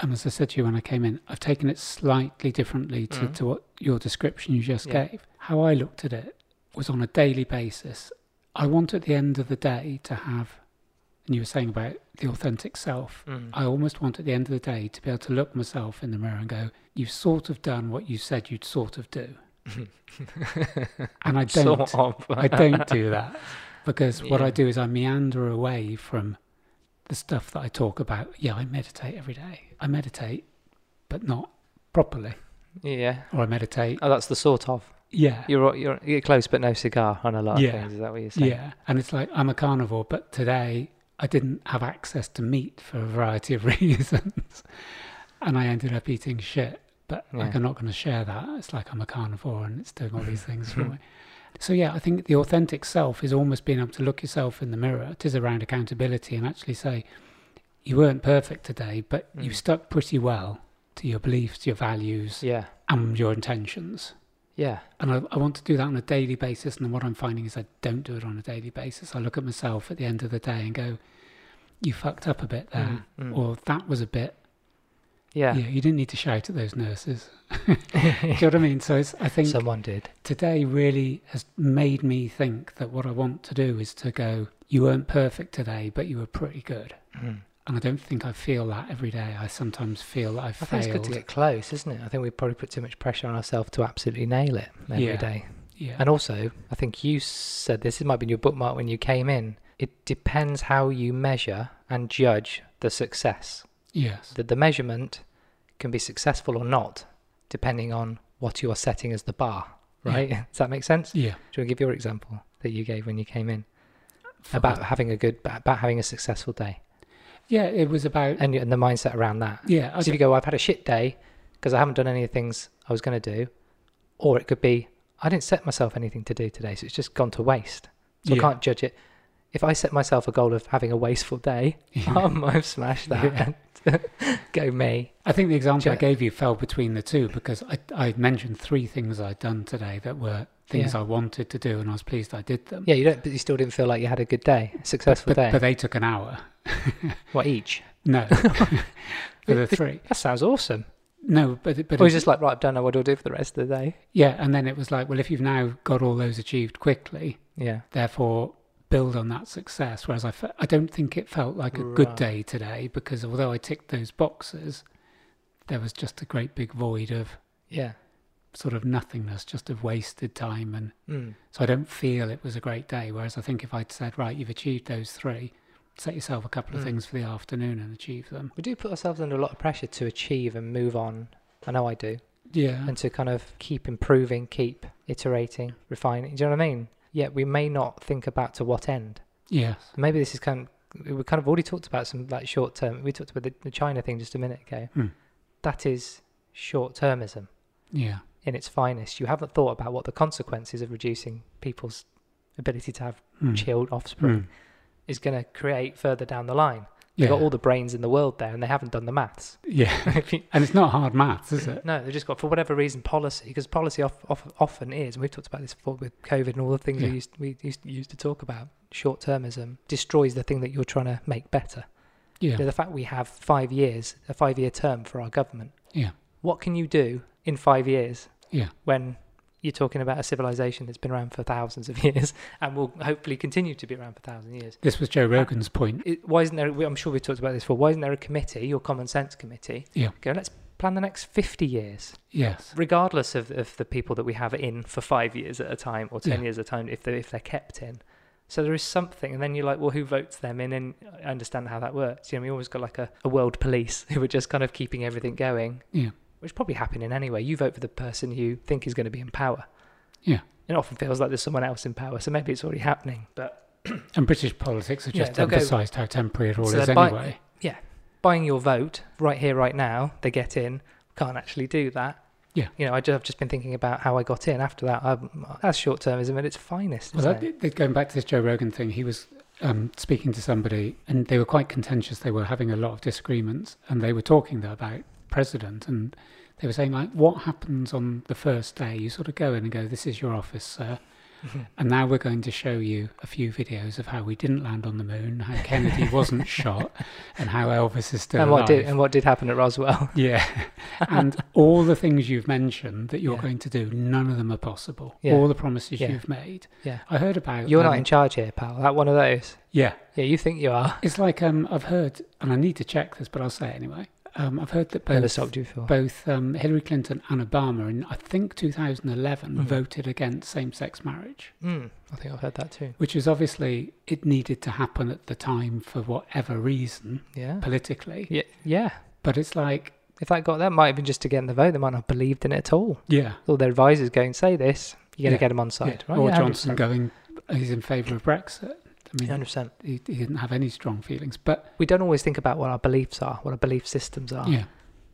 B: and as I said to you when I came in, I've taken it slightly differently to,
A: Mhm.
B: to what your description you just
A: Yeah.
B: gave. How I looked at it was on a daily basis. I want at the end of the day to have, and you were saying about the authentic self.
A: Mm.
B: I almost want at the end of the day to be able to look myself in the mirror and go, "You've sort of done what you said you'd sort of
A: *laughs*
B: do," and I don't.
A: sort of.
B: I don't do that because what
A: Yeah.
B: I do is I meander away from the stuff that I talk about. Yeah, I meditate every day. I meditate, but not properly.
A: yeah.
B: Or I meditate.
A: Oh, that's the sort of.
B: Yeah.
A: You're you're, you're close, but no cigar on a lot
B: Yeah.
A: of things. Is that what you're saying?
B: Yeah. And it's like, I'm a carnivore, but today I didn't have access to meat for a variety of *laughs* reasons. And I ended up eating shit. But like,
A: Yeah.
B: I'm not going to share that. It's like I'm a carnivore and it's doing all
A: *laughs*
B: these things for me. So, yeah, I think the authentic self is almost being able to look yourself in the mirror. It is around accountability and actually say, you weren't perfect today, but you
A: Mm.
B: stuck pretty well to your beliefs, your values,
A: Yeah.
B: and your intentions.
A: Yeah.
B: And I, I want to do that on a daily basis. And what I'm finding is I don't do it on a daily basis. I look at myself at the end of the day and go, you fucked up a bit there.
A: Mm, mm.
B: Um, Or that was a bit, yeah.
A: *laughs* yeah.
B: you didn't need to shout at those nurses. Do you know what I mean? So it's, I think
A: Someone did.
B: today really has made me think that what I want to do is to go, you weren't perfect today, but you were pretty good.
A: Mm.
B: And I don't think I feel that every day. I sometimes feel that I
A: I think
B: failed.
A: it's good to get close, isn't it? I think we probably put too much pressure on ourselves to absolutely nail it every day.
B: Yeah. yeah.
A: And also, I think you said this, it might have been your bookmark when you came in. It depends how you measure and judge the success.
B: yes.
A: That the measurement can be successful or not, depending on what you are setting as the bar, right? *laughs* Does that make sense?
B: Yeah.
A: Do you want to give your example that you gave when you came in about having a good, about having a successful day
B: yeah, it was about,
A: and, and the mindset around that?
B: yeah. I
A: So if you go, I've had a shit day because I haven't done any of the things I was going to do, or it could be, I didn't set myself anything to do today, so it's just gone to waste. So I
B: Yeah.
A: can't judge it. If I set myself a goal of having a wasteful day,
B: *laughs*
A: um, I've smashed that. *laughs* go me.
B: I think the example I
A: Ju-
B: gave you fell between the two because I, I mentioned three things I'd done today that were things
A: Yeah.
B: I wanted to do and I was pleased I did them.
A: Yeah, you don't, but you still didn't feel like you had a good day, a successful
B: but,
A: day.
B: but they took an hour.
A: what each? *laughs*
B: No, *laughs* for the three.
A: That sounds awesome.
B: No, but but
A: Or
B: it-
A: it's just like, right, I've done. What do I do for the rest of the day?
B: yeah, and then it was like, well, if you've now got all those achieved quickly,
A: Yeah.
B: therefore build on that success. Whereas I, fe- I don't think it felt like a good
A: Right.
B: day today because although I ticked those boxes, there was just a great big void of
A: Yeah.
B: sort of nothingness, just of wasted time. And
A: Mm.
B: so I don't feel it was a great day. Whereas I think if I'd said, right, you've achieved those three, set yourself a couple of
A: Mm.
B: things for the afternoon and achieve them.
A: We do put ourselves under a lot of pressure to achieve and move on. I know I do.
B: Yeah.
A: Mm-hmm. and to kind of keep improving, keep iterating, refining. Do you know what I mean? Yet we may not think about to what end.
B: yes.
A: Maybe this is kind of, we kind of already talked about some like short term. We talked about the, the China thing just a minute ago.
B: Hmm.
A: That is short termism
B: Yeah.
A: in its finest. You haven't thought about what the consequences of reducing people's ability to have
B: Mm.
A: chilled offspring
B: Mm.
A: is going to create further down the line.
B: Yeah.
A: They've got all the brains in the world there and they haven't done the maths. *laughs*
B: yeah. *laughs* And it's not hard maths,
A: *coughs*
B: is it?
A: No, they've just got for whatever reason policy because policy of, of, often is, and we've talked about this before with COVID and all the things
B: Yeah.
A: we used we used, used to talk about. Short termism destroys the thing that you're trying to make better.
B: Yeah.
A: You know, the fact we have five years, a five year term for our government.
B: Yeah.
A: What can you do in five years?
B: Yeah.
A: When you're talking about a civilization that's been around for thousands of *laughs* years and will hopefully continue to be around for thousands of years.
B: This was Joe Rogan's point.
A: It, why isn't there? I'm sure we talked about this before. Why isn't there a committee, your common sense committee?
B: Yeah.
A: Go. Let's plan the next 50 years
B: Yes.
A: regardless of, of the people that we have in for five years at a time or ten
B: Yeah.
A: years at a time, if they're, if they're kept in. So there is something, and then you're like, well, who votes them in? And I understand how that works. You know, we always got like a, a world police *laughs* who are just kind of keeping everything going.
B: Yeah.
A: Which probably happening anyway. You vote for the person you think is going to be in power.
B: Yeah.
A: It often feels like there's someone else in power, so maybe it's already happening. But
B: And British politics have
A: Yeah,
B: just
A: they'll go-
B: emphasised how temporary it all
A: So
B: is
A: they're bi-
B: anyway.
A: buying your vote right here, right now, they get in. Can't actually do that.
B: Yeah.
A: You know, I just, have just been thinking about how I got in after that. i that's short termism at its finest.
B: Well,
A: isn't it?
B: that, that- going back to this Joe Rogan thing, he was um, speaking to somebody and they were quite contentious. They were having a lot of disagreements and they were talking though about president and they were saying like, what happens on the first day? You sort of go in and go, this is your office, sir.
A: Mm-hmm.
B: And now we're going to show you a few videos of how we didn't land on the moon, how Kennedy wasn't *laughs* shot, and how Elvis is still
A: and
B: alive.
A: what did and what did happen at
B: *laughs*
A: Roswell? *laughs*
B: Yeah. and all the things you've mentioned that you're
A: Yeah.
B: going to do, none of them are possible.
A: Yeah.
B: All the promises
A: Yeah.
B: you've made.
A: Yeah.
B: I heard about
A: You're
B: um,
A: not in charge here, pal. That one of those.
B: Yeah.
A: Yeah, you think you are.
B: It's like um I've heard and I need to check this, but I'll say it anyway. Um I've heard that
A: Never
B: both
A: stopped you before.
B: both um, Hillary Clinton and Obama in I think 2011
A: Mhm.
B: voted against same-sex marriage,
A: Mm, I think I've heard that too.
B: which is obviously it needed to happen at the time for whatever reason
A: Yeah.
B: politically.
A: Mm-hmm. Yeah. Yeah.
B: But it's like
A: If that got that might have been just to get in the vote. They might not have believed in it at all.
B: yeah,
A: All their advisors going say this. You're going
B: Yeah.
A: to 'em get them on side,
B: yeah,
A: right?
B: or
A: yeah,
B: Johnson going he's in favour of Brexit. I mean,
A: Hundred percent.
B: he, he didn't have any strong feelings. But
A: We don't always think about what our beliefs are, what our belief systems are.
B: yeah,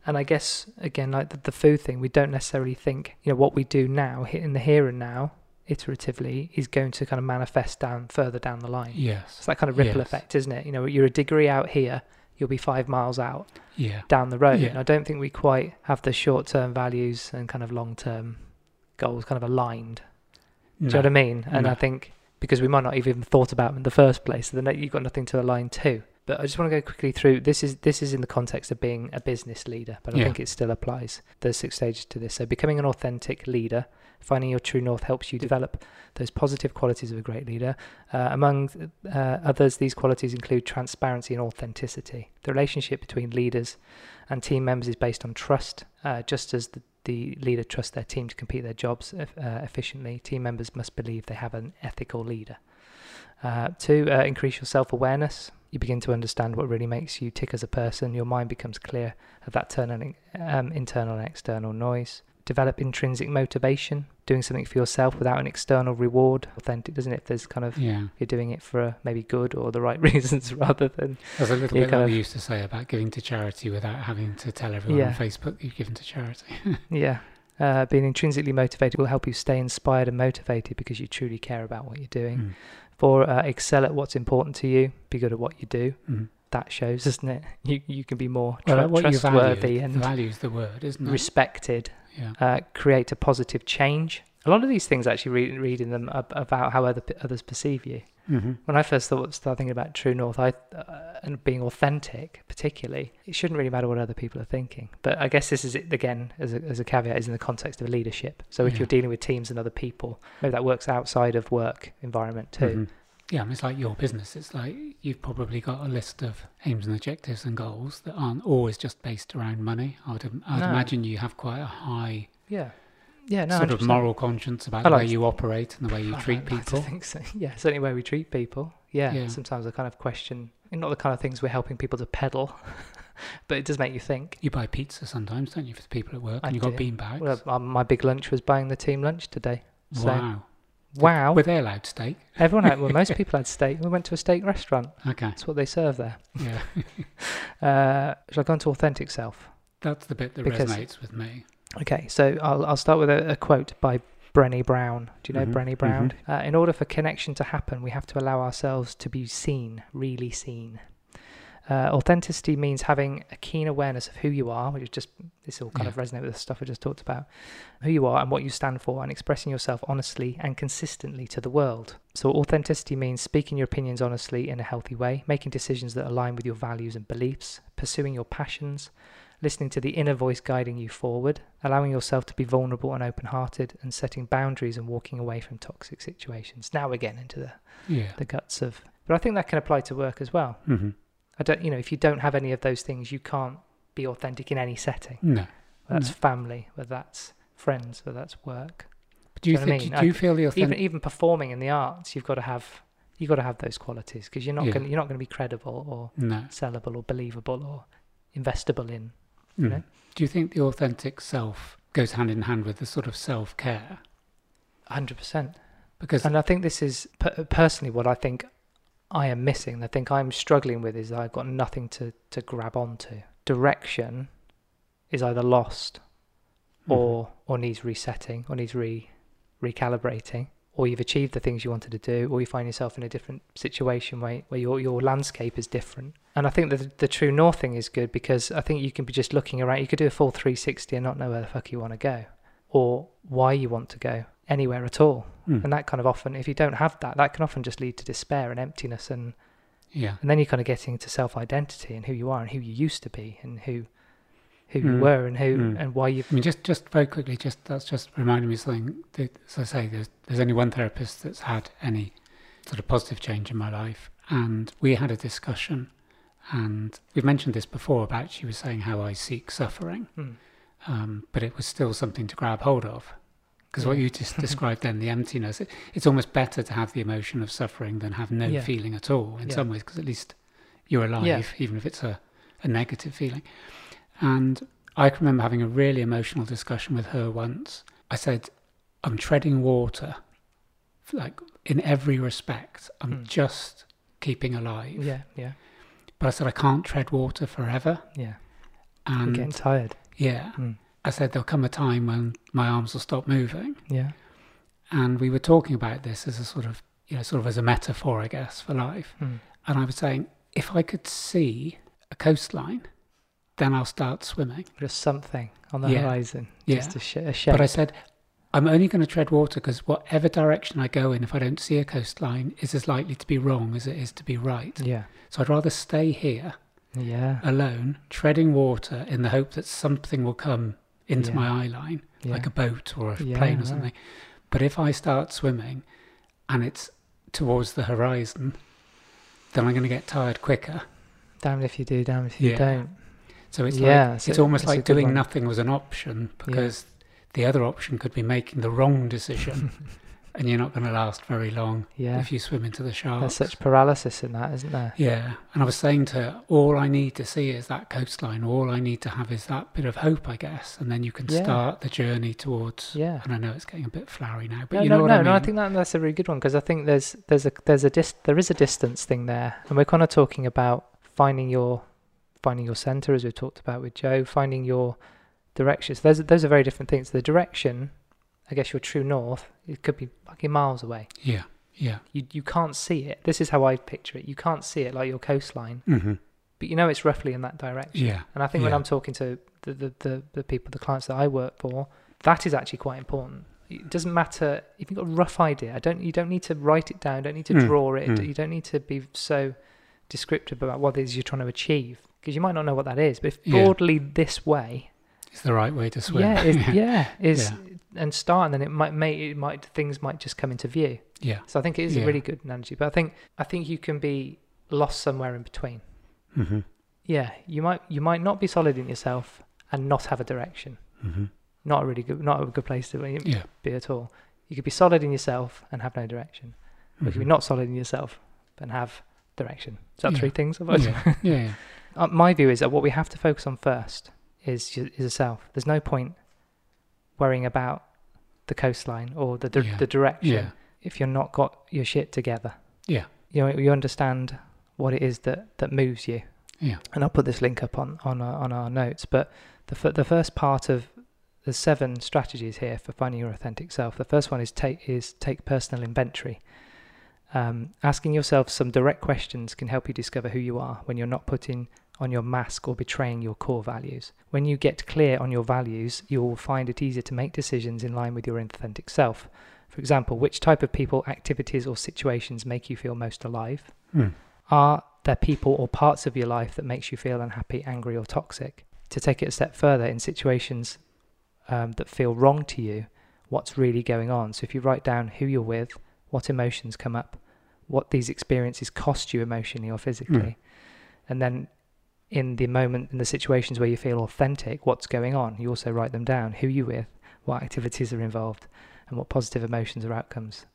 A: And I guess again, like the, the food thing, we don't necessarily think you know what we do now he- in the here and now, iteratively, is going to kind of manifest down further down the line. It's
B: yes,
A: that kind of ripple
B: Yes.
A: effect, isn't it? You know, you're a degree out here, you'll be five miles out
B: yeah,
A: down the road.
B: Yeah.
A: And I don't think we quite have the short term values and kind of long term goals kind of aligned. Do you know
B: No.
A: what I mean? And
B: No.
A: I think because we might not have even thought about them in the first place, so then you've got nothing to align to. But I just want to go quickly through this is this is in the context of being a business leader, but I
B: Yeah.
A: think it still applies. There's six stages to this. So becoming an authentic leader, finding your true north helps you develop those positive qualities of a great leader. Uh, among uh, others, these qualities include transparency and authenticity. The relationship between leaders and team members is based on trust, uh, just as the the leader trusts their team to complete their jobs uh, efficiently. Team members must believe they have an ethical leader. Uh, two, uh, increase your self awareness. You begin to understand what really makes you tick as a person. Your mind becomes clear of that turn and, um, internal and external noise. Develop intrinsic motivation, doing something for yourself without an external reward. Authentic, doesn't it? If there's kind of
B: yeah.
A: you're doing it for uh, maybe good or the right *laughs* reasons rather than
B: There's a little
A: Yeah,
B: bit
A: kind
B: like
A: of-
B: we used to say about giving to charity without having to tell everyone on
A: Yeah.
B: Facebook that you've given to charity.
A: Yeah. Uh, being intrinsically motivated will help you stay inspired and motivated because you truly care about what you're doing.
B: Mm.
A: Four, uh, excel at what's important to you. Be good at what you do.
B: Mm.
A: That shows, doesn't it? You you can be more tru-
B: Well, like what you
A: trustworthy
B: value, and
A: and
B: value's the word, isn't it?
A: respected.
B: yeah,
A: Uh, create a positive change. A lot of these things actually read, reading them ab- about how other pe- others perceive you.
B: hmm
A: When I first thought started thinking about True North, I uh, and being authentic, particularly, it shouldn't really matter what other people are thinking. But I guess this is it again, as a, as a caveat, is in the context of leadership. So if
B: Yeah. Mm-hmm.
A: you're dealing with teams and other people, maybe that works outside of work environment too.
B: yeah, I mean, it's like your business. It's like you've probably got a list of aims and objectives and goals that aren't always just based around money. I would, I'd
A: No.
B: imagine you have quite a high
A: Yeah. Yeah, Ah. no,
B: sort of
A: 100%.
B: moral conscience about
A: I
B: the way
A: like-
B: you operate and the way you
A: I
B: treat
A: like- like to
B: people.
A: think so. *laughs* Yeah, certainly way we treat people. Yeah,
B: Yeah.
A: sometimes I kind of question, eh, not the kind of things we're helping people to peddle, *laughs* but it does make you think.
B: You buy pizza sometimes, don't you, for the people at work?
A: I
B: And you've got
A: do.
B: bean bags.
A: Well, uh, my big lunch was buying the team lunch today. so-
B: wow.
A: Wow.
B: Were they allowed steak?
A: Everyone had, well,
B: *laughs*
A: most people had steak. We went to a steak restaurant.
B: Okay.
A: That's what they serve there. *laughs*
B: Yeah.
A: Uh, shall I go on to authentic self?
B: That's the bit that
A: Because-
B: resonates with me.
A: Okay, so I'll, I'll start with a, a quote by Brenny Brown. Do you know
B: Mhm,
A: Brenny Brown? Uh, in order for connection to happen, we have to allow ourselves to be seen, really seen. Uh, authenticity means having a keen awareness of who you are, which is just, this all kind
B: Yeah.
A: of resonate with the stuff I just talked about, who you are and what you stand for, and expressing yourself honestly and consistently to the world. So, authenticity means speaking your opinions honestly in a healthy way, making decisions that align with your values and beliefs, pursuing your passions, listening to the inner voice guiding you forward, allowing yourself to be vulnerable and open hearted, and setting boundaries and walking away from toxic situations. Now we're getting into the,
B: Yeah.
A: the guts of. But I think that can apply to work as well.
B: hmm
A: I don't, you know, if you don't have any of those things, you can't be authentic in any setting.
B: No.
A: Whether that's
B: No.
A: family, whether that's friends, whether that's work.
B: But do you,
A: Do you know what I
B: think,
A: mean?
B: do you feel the authentic?
A: Even even performing in the arts, you've got to have you've got to have those qualities because you're not
B: Yeah.
A: going you're not going to be credible or
B: No.
A: sellable or believable or investable in.
B: Mm.
A: know?
B: Do you think the authentic self goes hand in hand with the sort of self care?
A: 100 percent.
B: Because
A: And I think this is per- personally what I think I am missing. I think I'm struggling with is that I've got nothing to, to grab onto. Direction is either lost or or needs resetting or needs re recalibrating. Or you've achieved the things you wanted to do, or you find yourself in a different situation where, where your, your landscape is different. And I think that the true north thing is good because I think you can be just looking around. You could do a full 360 and not know where the fuck you want to go or why you want to go anywhere at all.
B: Mhm. Mm.
A: And that kind of often, if you don't have that, that can often just lead to despair and emptiness. And,
B: yeah,
A: and then you're kind of getting into self identity and who you are and who you used to be and who who you
B: Mm.
A: were and who
B: Mm.
A: and why you've.
B: I mean, just just very quickly, just that's just reminding me of something. That, as I say, there's there's only one therapist that's had any sort of positive change in my life, and we had a discussion, and we've mentioned this before about she was saying how I seek suffering,
A: Mm.
B: um, but it was still something to grab hold of. Because what
A: Yeah. *laughs*
B: you just described then, the emptiness, it, it's almost better to have the emotion of suffering than have no
A: Yeah.
B: feeling at all in
A: Yeah.
B: some ways, because at least you're alive,
A: Yeah.
B: even if it's a, a negative feeling. And I can remember having a really emotional discussion with her once. I said, I'm treading water, like in every respect. I'm
A: Mm.
B: just keeping alive.
A: Yeah, yeah,
B: But I said, I can't tread water forever.
A: yeah. I'm
B: And
A: getting tired.
B: yeah,
A: Mm.
B: I said, there'll come a time when my arms will stop moving
A: Yeah,
B: and we were talking about this as a sort of you know sort of as a metaphor i guess for life
A: mm.
B: and i was saying if i could see a coastline then i'll start swimming
A: just something on the
B: Yeah.
A: horizon.
B: Yeah.
A: Just a, sh- a shape.
B: but i said i'm only going to tread water because whatever direction i go in if i don't see a coastline is as likely to be wrong as it is to be right
A: yeah,
B: so i'd rather stay here
A: yeah,
B: alone treading water in the hope that something will come into
A: Yeah.
B: my eye line
A: yeah.
B: like a boat or a
A: Yeah,
B: plane or
A: right.
B: something. But if I start swimming and it's towards the horizon, then I'm going to get tired quicker.
A: damn if you do, damn if you
B: Yeah.
A: don't.
B: So it's like,
A: yeah, so
B: it's almost
A: that's a
B: like
A: good
B: doing
A: one.
B: nothing was an option because the other option could be making the wrong
A: *laughs*
B: decision, and you're not going to last very long
A: Yeah,
B: if you swim into the
A: there's
B: sharks.
A: such paralysis in that, isn't there?
B: Yeah, and I was saying to her, all I need to see is that coastline. All I need to have is that bit of hope, I guess, and then you can
A: Yeah.
B: start the journey towards.
A: Yeah.
B: And I know it's getting a bit flowery now, but
A: no,
B: you know
A: no,
B: what
A: no,
B: I mean.
A: no. I think that that's a really good one because I think there's there's a there's a dis- there is a distance thing there, and we're kind of talking about finding your finding your center as we talked about with Joe, finding your direction. So those are- those are very different things. The direction, I guess, your true north, it could be fucking miles away.
B: Yeah, yeah.
A: You you can't see it. This is how I picture it. You can't see it like your coastline,
B: Mm-hmm.
A: but you know it's roughly in that direction.
B: Yeah,
A: And I think when
B: Yeah.
A: I'm talking to the, the, the, the people, the clients that I work for, that is actually quite important. It doesn't matter if you've got a rough idea. I don't. You don't need to write it down. Don't need to
B: Mm,
A: draw it.
B: mm.
A: You don't need to be so descriptive about what it is you're trying to achieve because you might not know what that is. But if
B: Yeah.
A: broadly this way,
B: *laughs* it's the right way to swim.
A: yeah, is, yeah, is and start, and then it might make it might things might just come into view.
B: Yeah.
A: So I think it is
B: Yeah.
A: a really good analogy. But I think I think you can be lost somewhere in between.
B: Mm-hmm.
A: Yeah, you might you might not be solid in yourself and not have a direction.
B: Mm-hmm.
A: Not a really good not a good place to be
B: Yeah.
A: be at all. You could be solid in yourself and have no direction. Or you could be
B: Mhm.
A: not solid in yourself and have direction. Is that
B: Yeah.
A: three things? I've
B: Yeah. yeah. yeah.
A: Uh, my view is that what we have to focus on first is y- is yourself. There's no point worrying about the coastline or the dir-
B: Yeah.
A: the direction
B: Yeah.
A: if you're not got your shit together.
B: Yeah.
A: you know you understand what it is that that moves you.
B: Yeah.
A: and I'll put this link up on on our, on our notes. But the f- the first part of the seven strategies here for finding your authentic self. The first one is take is take personal inventory. Um, asking yourself some direct questions can help you discover who you are when you're not putting on your mask or betraying your core values. When you get clear on your values, you will find it easier to make decisions in line with your authentic self. For example, which type of people, activities, or situations make you feel most alive?
B: *laughs* Mm.
A: Are there people or parts of your life that makes you feel unhappy, angry, or toxic? To take it a step further, in situations um, that feel wrong to you, what's really going on? So if you write down who you're with, what emotions come up, what these experiences cost you emotionally or physically, and then in the moment, in the situations where you feel authentic, what's going on? You also write them down. Who you with? What activities are involved? And what positive emotions or outcomes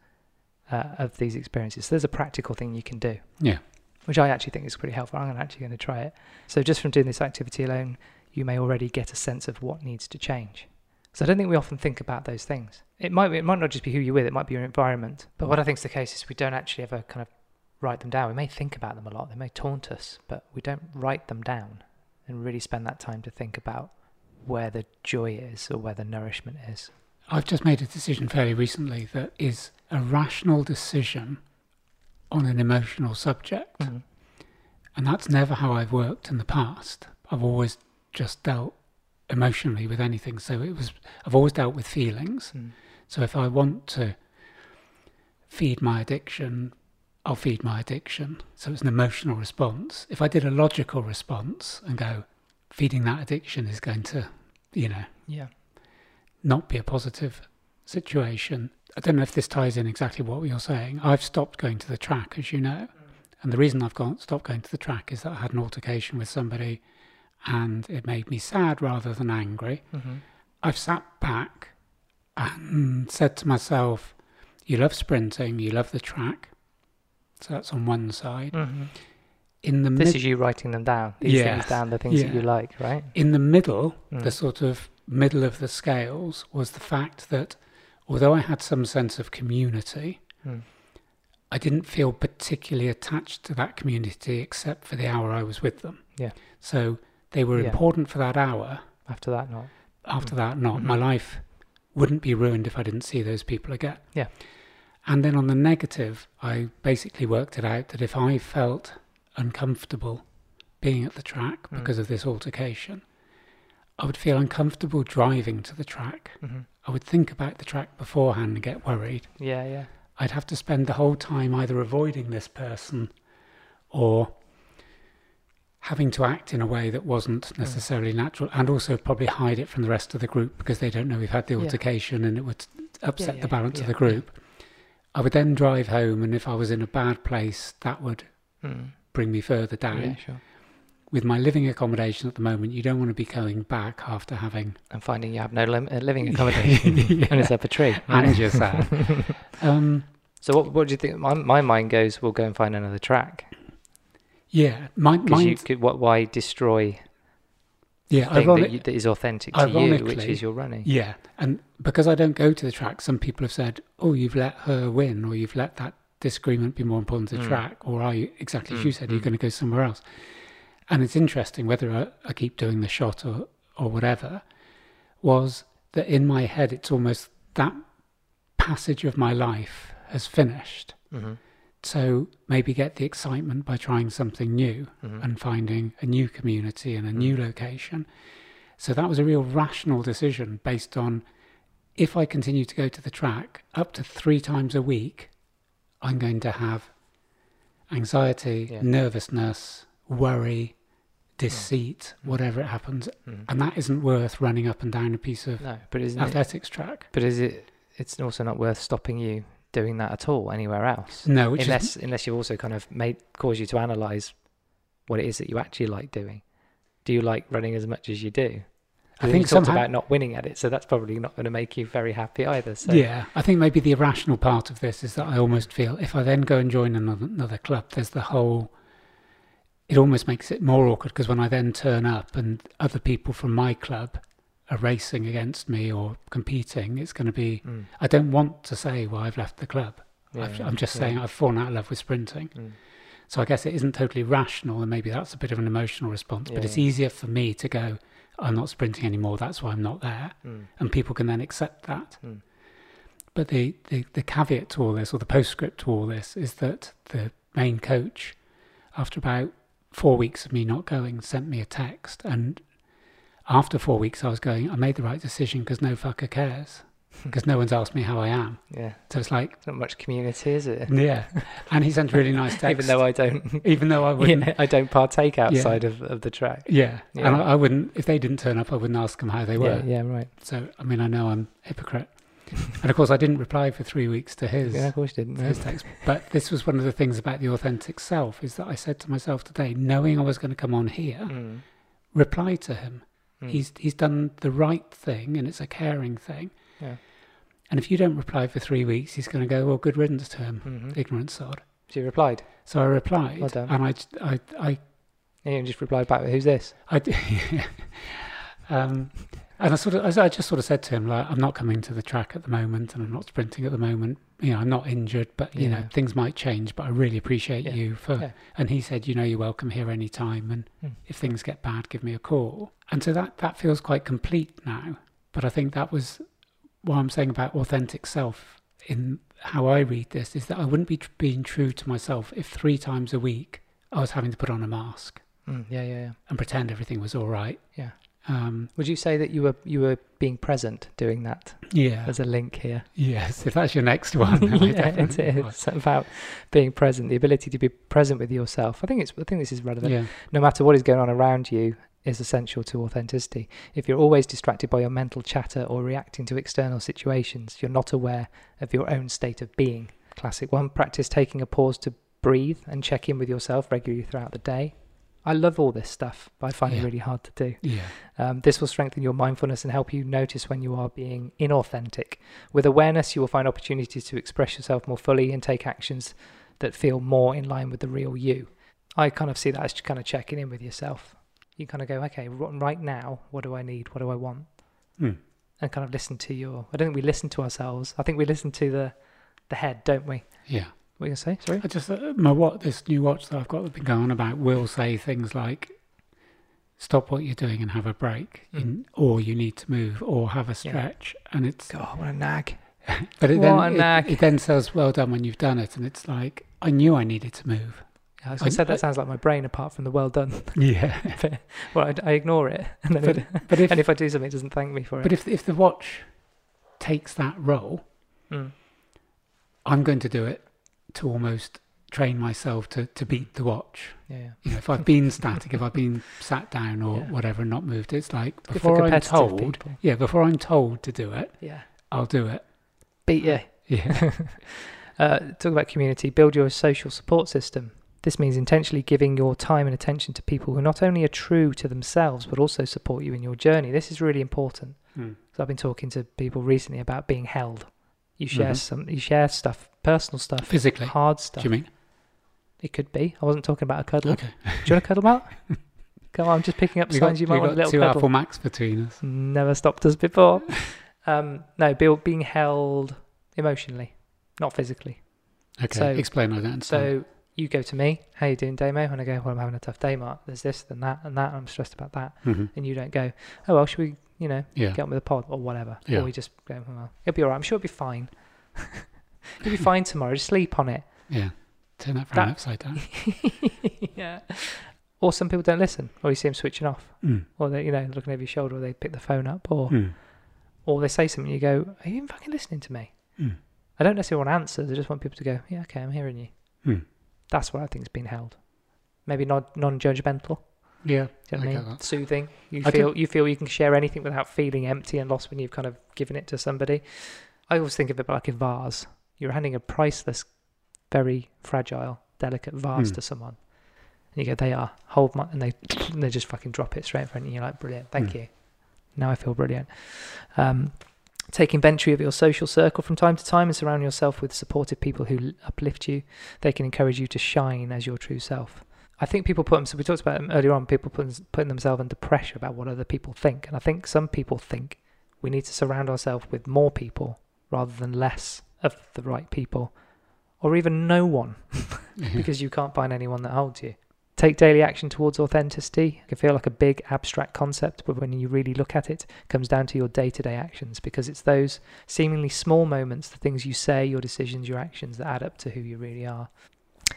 A: uh, of these experiences? So there's a practical thing you can do
B: Yeah.
A: which I actually think is pretty helpful. I'm gonna- actually going to try it. So just from doing this activity alone, you may already get a sense of what needs to change. So I don't think we often think about those things. It might be, it might not just be who you're with, it might be your environment. But what I think is the case is we don't actually ever kind of write them down. We may think about them a lot. They may taunt us, but we don't write them down and really spend that time to think about where the joy is or where the nourishment is.
B: I've just made a decision fairly recently that is a rational decision on an emotional subject.
A: Mhm.
B: And that's never how I've worked in the past. I've always just dealt emotionally with anything. So it was, I've always dealt with feelings.
A: Mm.
B: So if I want to feed my addiction, I'll feed my addiction. So it's an emotional response. If I did a logical response and go, feeding that addiction is going to, you know,
A: Yeah.
B: not be a positive situation. I don't know if this ties in exactly what you're saying. I've stopped going to the track, as you know. And the reason I've gone, stopped going to the track is that I had an altercation with somebody and it made me sad rather than angry.
A: hmm
B: I've sat back and said to myself, You love sprinting, you love the track. So that's on one side.
A: hmm
B: In the,
A: This
B: mid-
A: is you writing them down. These
B: Yes.
A: things down, the things
B: Yeah.
A: that you like, right?
B: in the middle,
A: Mm.
B: the sort of middle of the scales was the fact that although I had some sense of community,
A: Mm.
B: I didn't feel particularly attached to that community except for the hour I was with them.
A: Yeah.
B: So they were
A: Yeah.
B: important for that hour.
A: After that, not.
B: After that, not.
A: Mhm.
B: My life wouldn't be ruined if I didn't see those people again.
A: Yeah.
B: And then on the negative, I basically worked it out that if I felt uncomfortable being at the track
A: Mm.
B: because of this altercation, I would feel uncomfortable driving to the track.
A: hmm
B: I would think about the track beforehand and get worried.
A: Yeah, yeah.
B: I'd have to spend the whole time either avoiding this person or having to act in a way that wasn't
A: Mm.
B: necessarily natural and also probably hide it from the rest of the group because they don't know we've had the
A: Yeah.
B: altercation and it would upset
A: yeah,
B: the balance
A: yeah,
B: of the group. I would then drive home and if I was in a bad place, that would
A: Mm.
B: bring me further down.
A: Yeah, sure.
B: With my living accommodation at the moment, you don't want to be going back after
A: *laughs*
B: having
A: And finding you have no lim- uh,
B: *laughs*
A: living accommodation and it's up a tree.
B: and you're sad. um,
A: *laughs* so what, what do you think? My, my mind goes, we'll go and find another track.
B: yeah, mine,
A: Because you
B: mine's,
A: could, what, why destroy
B: yeah,
A: a thing
B: ironic-
A: that, you, that is authentic to you, which
B: ironically-
A: is your running?
B: Yeah, and because I don't go to the track, some people have said, "Oh, you've let her win, or you've let that disagreement be more important than the
A: Mm.
B: track," or "Are you exactly as
A: Mm,
B: you said, you're
A: mm.
B: going to go somewhere else?" And it's interesting whether I, I keep doing the shot or or whatever. Was that in my head? It's almost that passage of my life has finished.
A: hmm
B: So maybe get the excitement by trying something new
A: hmm
B: and finding a new community and a
A: Mm.
B: new location. So that was a real rational decision based on if I continue to go to the track up to three times a week, I'm going to have anxiety,
A: Yeah.
B: nervousness, worry, deceit, whatever it happens,
A: Mm.
B: and that isn't worth running up and down a piece of
A: No, but isn't it?
B: athletics track.
A: But is it? It's also not worth stopping you doing that at all anywhere else,
B: No, which is
A: unless unless you also kind of made cause you to analyze what it is that you actually like doing. Do you like running as much as you do?
B: I
A: You
B: think
A: talked
B: somehow.
A: about not winning at it, so that's probably not going to make you very happy either. So
B: Yeah, I think maybe the irrational part of this is that I almost feel if I then go and join another, another club, there's the whole. It almost makes it more awkward because when I then turn up and other people from my club are racing against me or competing, it's going to be.
A: Mm.
B: I don't want to say, well, I've left the club.
A: Yeah,
B: I've, I'm just
A: yeah.
B: saying I've fallen out of love with sprinting.
A: Mm.
B: So I guess it isn't totally rational, and maybe that's a bit of an emotional response,
A: Yeah,
B: but it's
A: yeah.
B: easier for me to go, I'm not sprinting anymore, that's why I'm not there
A: Mm.
B: and people can then accept that.
A: Mm.
B: But the, the, the caveat to all this, or the postscript to all this, is that the main coach, after about four weeks of me not going, sent me a text. And after four weeks, I was going, I made the right decision because no fucker cares,
A: Hmm.
B: because no one's asked me how I am.
A: yeah.
B: So it's like,
A: Not much community, is
B: *laughs*
A: it? *laughs*
B: yeah. And he sent a really nice text,
A: Even though I
B: *laughs*
A: don't,
B: even
A: *laughs*
B: though I wouldn't.
A: I don't partake outside of, of the track.
B: Yeah.
A: Yeah.
B: And I, I wouldn't, if they didn't turn up, I wouldn't ask them how they were.
A: Yeah, yeah, right.
B: So, I mean, I know I'm a hypocrite. and of course, I didn't reply for three weeks to his,
A: Yeah, of course you didn't.
B: to his text. But this was one of the things about the authentic self is that I said to myself today, knowing I was going to come on here,
A: Mm.
B: reply to him.
A: Mm.
B: He's he's done the right thing, and it's a caring thing.
A: Yeah.
B: And if you don't reply for three weeks, he's going to go, well, good riddance to him,
A: Mhm.
B: ignorant sod.
A: She replied.
B: So I replied,
A: Well done.
B: and I, I, I
A: And you just replied back, "Who's this?"
B: I d- *laughs* um, and I sort of, I s- I just sort of said to him, like, I'm not coming to the track at the moment, and I'm not sprinting at the moment. You know, I'm not injured, but you know,
A: Yeah.
B: things might change. But I really appreciate
A: Yeah.
B: you for.
A: Yeah.
B: And he said, you know, you're welcome here any time, and
A: Mm.
B: if things get bad, give me a call. And so that that feels quite complete now. But I think that was what I'm saying about authentic self in how I read this is that I wouldn't be tr- being true to myself if three times a week I was having to put on a mask
A: Mm, yeah, yeah, yeah.
B: and pretend everything was all right.
A: Yeah.
B: Um,
A: Would you say that you were you were being present doing that?
B: yeah.
A: There's a link here.
B: *laughs* Yes. If that's your next one, then
A: *laughs*
B: I
A: yeah, it
B: definitely
A: is.
B: was.
A: It's about being present, the ability to be present with yourself. I think it's I think this is relevant.
B: Yeah.
A: No matter what is going on around you is essential to authenticity. If you're always distracted by your mental chatter or reacting to external situations, you're not aware of your own state of being. Classic one, practice taking a pause to breathe and check in with yourself regularly throughout the day. I love all this stuff, but I find it
B: Yeah.
A: really hard to do.
B: Yeah.
A: Um, this will strengthen your mindfulness and help you notice when you are being inauthentic. With awareness, you will find opportunities to express yourself more fully and take actions that feel more in line with the real you. I kind of see that as kind of checking in with yourself. You kind of go, okay, r- right now, what do I need? What do I want?
B: Hmm.
A: And kind of listen to your. I don't think we listen to ourselves. I think we listen to the the head, don't we?
B: Yeah.
A: What are you gonna say? Sorry.
B: I just uh, my what this new watch that I've got that's been going on about will say things like, "Stop what you're doing and have a break,"
A: Mm.
B: in, or "You need to move," or "Have a stretch," and it's
A: God, what a nag.
B: but it
A: what a
B: then
A: nag.
B: it, it then says, "Well done when you've done it," and it's like, "I knew I needed to move."
A: I was gonna
B: I-
A: say that
B: I-
A: sounds like my brain, apart from the well done. *laughs*
B: Yeah.
A: well, I, I ignore it, and then it,
B: *laughs* But
A: *laughs*
B: if
A: and if I do something, it doesn't thank me for it.
B: but if if the watch takes that role,
A: Mm.
B: I'm going to do it to almost train myself to, to beat the watch.
A: Yeah, yeah.
B: You know, if I've been static, if I've been sat down or
A: Yeah.
B: whatever and not moved, it's like
A: Good for
B: before I'm
A: competitive
B: told,
A: people.
B: yeah, before I'm told to do it,
A: Yeah.
B: I'll do it. *laughs*
A: Beat you.
B: Yeah, *laughs*
A: Uh, talk about community. Build your social support system. This means intentionally giving your time and attention to people who not only are true to themselves but also support you in your journey. This is really important.
B: Mm.
A: So I've been talking to people recently about being held. You share
B: Mhm.
A: some. You share stuff, personal stuff,
B: physically.
A: hard
B: Do
A: stuff.
B: you mean?
A: It could be. I wasn't talking about a
B: *laughs*
A: cuddle.
B: Okay.
A: Do you want a cuddle, Mark? Come on, I'm just picking up
B: We
A: signs.
B: got,
A: you
B: we
A: might want a
B: got
A: little
B: two
A: cuddle.
B: Apple Macs between us.
A: never stopped us
B: *laughs*
A: before. um, no, be, being held emotionally, not physically.
B: Okay,
A: So-
B: explain. I don't. So
A: So you go to me, how you doing, Damo? And I go, well, I'm having a tough day, Mark. There's this, then that, and that. and I'm stressed about that. And you don't go, oh well, should we, you know,
B: Mm-hmm. yeah,
A: get on with the pod or whatever?
B: Yeah.
A: Or we just go, "Oh, well, it'll be all right. I'm sure it'll be fine. *laughs* it'll be fine tomorrow. Just sleep on it. *laughs*
B: yeah. Turn that frown
A: That- *laughs*
B: upside down.
A: yeah. Or some people don't listen, or you see them switching off,
B: Mm.
A: or they, you know, looking over your shoulder, or they pick the phone up, or
B: Mm.
A: or they say something, you go, Are you even fucking listening to me?
B: Mm.
A: I don't necessarily want answers. I just want people to go, Yeah, okay, I'm hearing you.
B: Mm.
A: That's what I think has been held. Maybe not non judgmental. Do you know
B: Yeah. I
A: what I
B: get
A: mean?
B: that.
A: Soothing. You
B: I
A: feel you feel you can share anything without feeling empty and lost when you've kind of given it to somebody. I always think of it like a vase. You're handing a priceless, very fragile, delicate vase
B: Hmm.
A: to someone, and you go, "They are hold my," and they *sniffs* and they just fucking drop it straight in front of you. You're like, "Brilliant, thank
B: Hmm.
A: you." Now I feel brilliant. Um, take inventory of your social circle from time to time and surround yourself with supportive people who uplift you. They can encourage you to shine as your true self. I think people put them. So we talked about 'em earlier on. People putting putting themselves under pressure about what other people think, and I think some people think we need to surround ourselves with more people rather than less of the right people, or even no one, *laughs* because you can't find anyone that holds you. Take daily action towards authenticity. It can feel like a big abstract concept, but when you really look at it, it comes down to your day-to-day actions because it's those seemingly small moments, the things you say, your decisions, your actions that add up to who you really are. Is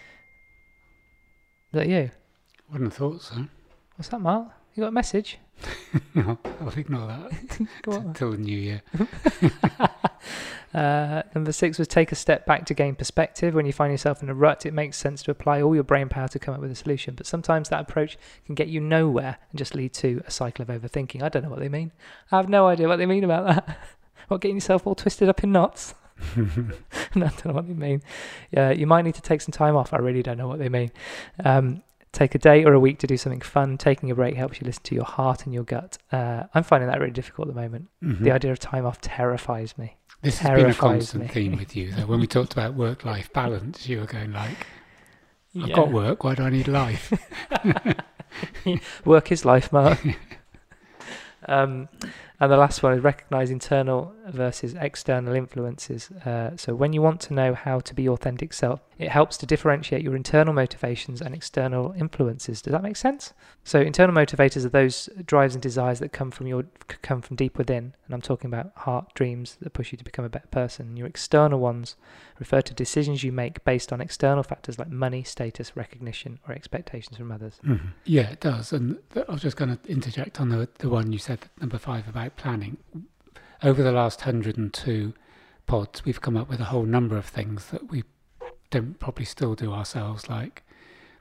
A: that you?
B: Wouldn't have thought so. *laughs*
A: What's that, Mark? You got a message?
B: No, I'll ignore that
A: Go on.
B: *laughs* till the new year.
A: Uh, number six was take a step back to gain perspective. When you find yourself in a rut, it makes sense to apply all your brain power to come up with a solution. But sometimes that approach can get you nowhere and just lead to a cycle of overthinking. I don't know what they mean. I have no idea what they mean about that. *laughs* What, getting yourself all twisted up in knots? *laughs* No, I don't know what they mean. Yeah, you might need to take some time off. I really don't know what they mean. Um, take a day or a week to do something fun. Taking a break helps you listen to your heart and your gut. Uh, I'm finding that really difficult at the moment.
B: Mhm.
A: The idea of time off terrifies me.
B: This has been a
A: terrifies
B: constant
A: me.
B: theme with you, though. When we talked about work-life balance, you were going like, "I've
A: Yeah.
B: got work. Why do I need life?"
A: *laughs* Work is life, Mark. um, and the last one is recognize internal versus external influences. Uh, so, when you want to know how to be authentic self, it helps to differentiate your internal motivations and external influences. Does that make sense? So, internal motivators are those drives and desires that come from your c- come from deep within, and I'm talking about heart dreams that push you to become a better person. Your external ones refer to decisions you make based on external factors like money, status, recognition, or expectations from others.
B: Yeah, it does. And th- I was just going to interject on the the one you said, number five, about planning. Over the last hundred and two pods, we've come up with a whole number of things that we don't probably still do ourselves, like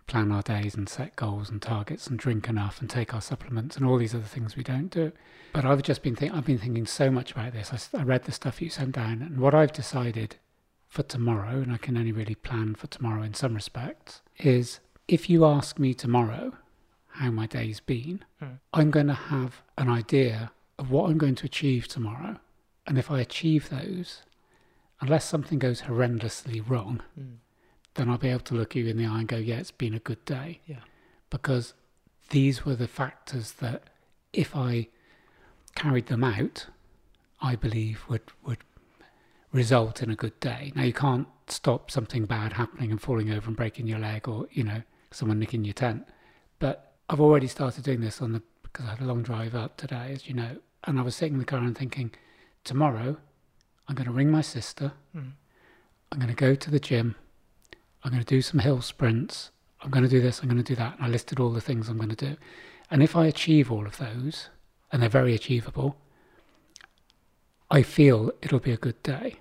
B: plan our days and set goals and targets and drink enough and take our supplements and all these other things we don't do. But I've just been think I've been thinking so much about this. I s- I, read the stuff you sent down, and what I've decided for tomorrow, and I can only really plan for tomorrow in some respects, is if you ask me tomorrow how my day's been,
A: Mm.
B: I'm going to have an idea of what I'm going to achieve tomorrow. And if I achieve those, unless something goes horrendously wrong,
A: Mm.
B: then I'll be able to look you in the eye and go, yeah, it's been a good day.
A: Yeah.
B: Because these were the factors that, if I carried them out, I believe would, would result in a good day. Now, you can't stop something bad happening and falling over and breaking your leg or, you know, someone nicking your tent. But I've already started doing this on the, because I had a long drive up today, as you know, and I was sitting in the car and thinking, tomorrow I'm going to ring my sister.
A: Mm.
B: I'm going to go to the gym. I'm going to do some hill sprints. I'm going to do this. I'm going to do that. And I listed all the things I'm going to do. And if I achieve all of those, and they're very achievable, I feel it'll be a good day.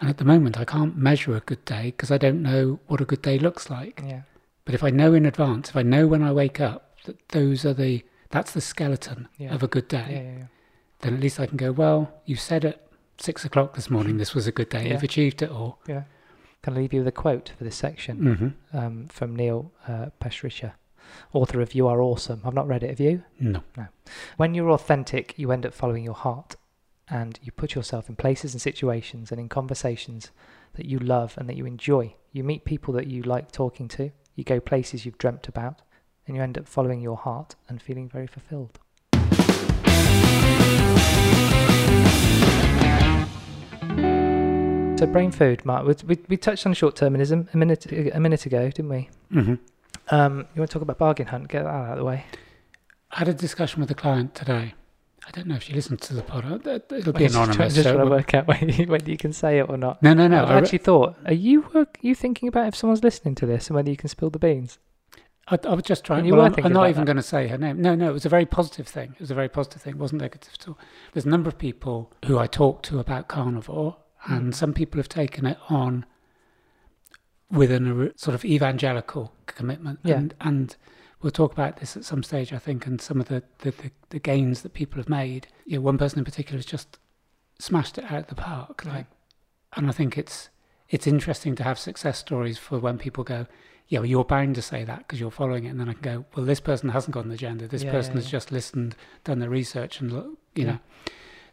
B: And at the moment, I can't measure a good day because I don't know what a good day looks like.
A: Yeah.
B: But if I know in advance, if I know when I wake up that those are the that's the skeleton
A: Yeah.
B: of a good day,
A: Yeah, yeah, yeah.
B: then at least I can go, well, you said at six o'clock this morning this was a good day.
A: Yeah.
B: You've achieved it all.
A: Can I leave you with a quote for this section
B: Mm-hmm.
A: um, from Neil uh, Pashrisha, author of You Are Awesome? I've not read it, have you?
B: No.
A: When you're authentic, you end up following your heart and you put yourself in places and situations and in conversations that you love and that you enjoy. You meet people that you like talking to, you go places you've dreamt about, and you end up following your heart and feeling very fulfilled. So, brain food, Mark. We, we, we touched on short termism a minute a minute ago, didn't we?
B: Mm-hmm.
A: Um, you want to talk about bargain hunt? Get that out of the way.
B: I had a discussion with a client today. I don't know if she listened to the pod. Uh, it- It'll be
A: I'm just trying- Just
B: anonymous. so it
A: trying to
B: won't-
A: work out *laughs* whether you, whether you can say it or not.
B: no, no,
A: No,
B: no.
A: I've
B: I, re-
A: actually thought, are you work, you thinking about if someone's listening to this and whether you can spill the beans?
B: I, I was just trying.
A: you
B: well,
A: were
B: I'm, I'm
A: thinking
B: not
A: about
B: even
A: that.
B: going to say her name. No, no. It was a very positive thing. It was a very positive thing. It wasn't negative at all. There's a number of people who I talk to about carnivore, and
A: Mm.
B: some people have taken it on with an, a sort of evangelical commitment.
A: Yeah.
B: And, and we'll talk about this at some stage, I think, and some of the, the, the, the gains that people have made. You know, one person in particular has just smashed it out of the park. Like, and I think it's it's interesting to have success stories for when people go, yeah, well, you're bound to say that because you're following it, and then I can go, well, this person hasn't got an agenda. This
A: Yeah,
B: person
A: yeah,
B: has
A: yeah.
B: just listened, done their research, and look,
A: Yeah.
B: you know.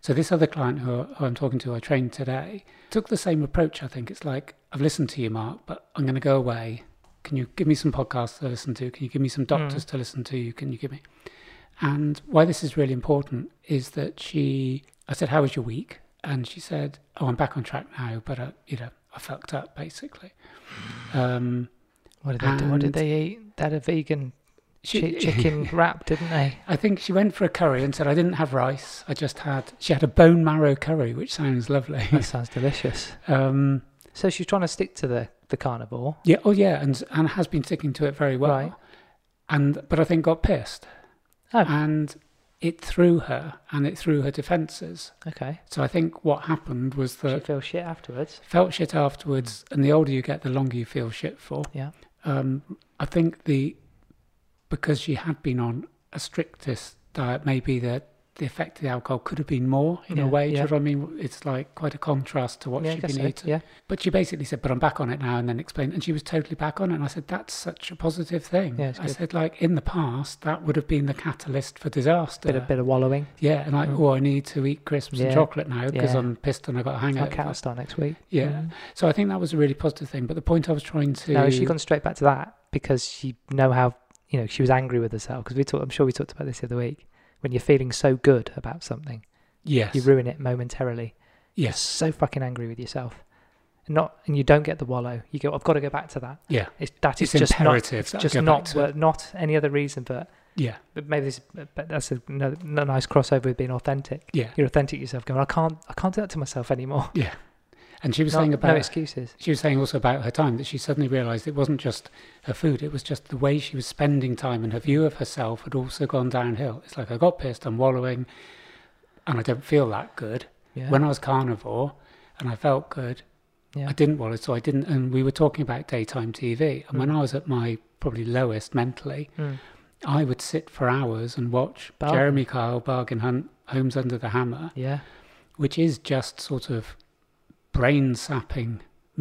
B: So this other client who, who I'm talking to, I trained today, took the same approach. I think it's like I've listened to you, Mark, but I'm going to go away. Can you give me some podcasts to listen to? Can you give me some doctors
A: Mm.
B: to listen to? Can you give me? And why this is really important is that she, I said, "How was your week?" And she said, "Oh, I'm back on track now, but uh, you know, I fucked up basically." Um,
A: What did they do? What did
B: And-
A: they eat? They had a vegan
B: she, *laughs*
A: chi- chicken wrap, didn't they?
B: I think she went for a curry and said, "I didn't have rice. I just had." She had a bone marrow curry, which
A: *laughs*
B: sounds lovely.
A: That sounds delicious.
B: um,
A: So she's trying to stick to the, the carnivore.
B: yeah, oh yeah, and and has been sticking to it very well.
A: Right.
B: And but I think got pissed,
A: Oh.
B: and it threw her, and it threw her defences.
A: Okay.
B: So I think what happened was that
A: she feels shit afterwards.
B: felt shit afterwards, and the older you get, the longer you feel shit for.
A: Yeah.
B: Um, I think the because she had been on a strictest diet, maybe the the effect of the alcohol could have been more in
A: Yeah,
B: a way. Do
A: yeah.
B: you know what I mean? It's like quite a contrast to what
A: yeah, I
B: she'd
A: guess
B: been
A: so.
B: eating.
A: Yeah.
B: But she basically said, "But I'm back on it now," and then explained, and she was totally back on it. And I said, "That's such a positive thing."
A: Yeah, it's
B: I
A: good.
B: said, "Like in the past, that would have been the catalyst for disaster."
A: Bit of bit of wallowing.
B: yeah, and like,
A: Mm.
B: oh, I need to eat crisps
A: Yeah.
B: and chocolate now because
A: Yeah.
B: I'm pissed and I got a
A: Our
B: hangover.
A: cat star next week.
B: Yeah.
A: Mm.
B: So I think that was a really positive thing. But the point I was trying to
A: No, she gone straight back to that because she know how you know she was angry with herself because we talked. I'm sure we talked about this the other week. When you're feeling so good about something,
B: yes,
A: you ruin it momentarily. You're
B: yes,
A: so fucking angry with yourself, and not and you don't get the wallow. You go, I've got to go back to that.
B: yeah.
A: It's that is
B: It's,
A: just not
B: imperative. that I
A: just
B: go back
A: not
B: to-
A: wor- not any other reason but.
B: yeah,
A: But maybe this, but that's a, no, no nice crossover with being authentic.
B: yeah,
A: You're authentic yourself, going. I can't, I can't do that to myself
B: *laughs*
A: anymore.
B: yeah. And she was
A: No,
B: saying
A: no
B: about
A: excuses.
B: she was saying also about her time that she suddenly realised it wasn't just her food; it was just the way she was spending time, and her view of herself had also gone downhill. It's like I got pissed, I'm wallowing, and I don't feel that good.
A: Yeah.
B: When I was carnivore, and I felt good,
A: yeah.
B: I didn't wallow, so I didn't. And we were talking about daytime TV, and when
A: Mm.
B: I was at my probably lowest mentally,
A: Mm.
B: I would sit for hours and watch
A: Bargain.
B: Jeremy Kyle Bargain Hunt Homes Under the Hammer,
A: Yeah.
B: which is just sort of brain sapping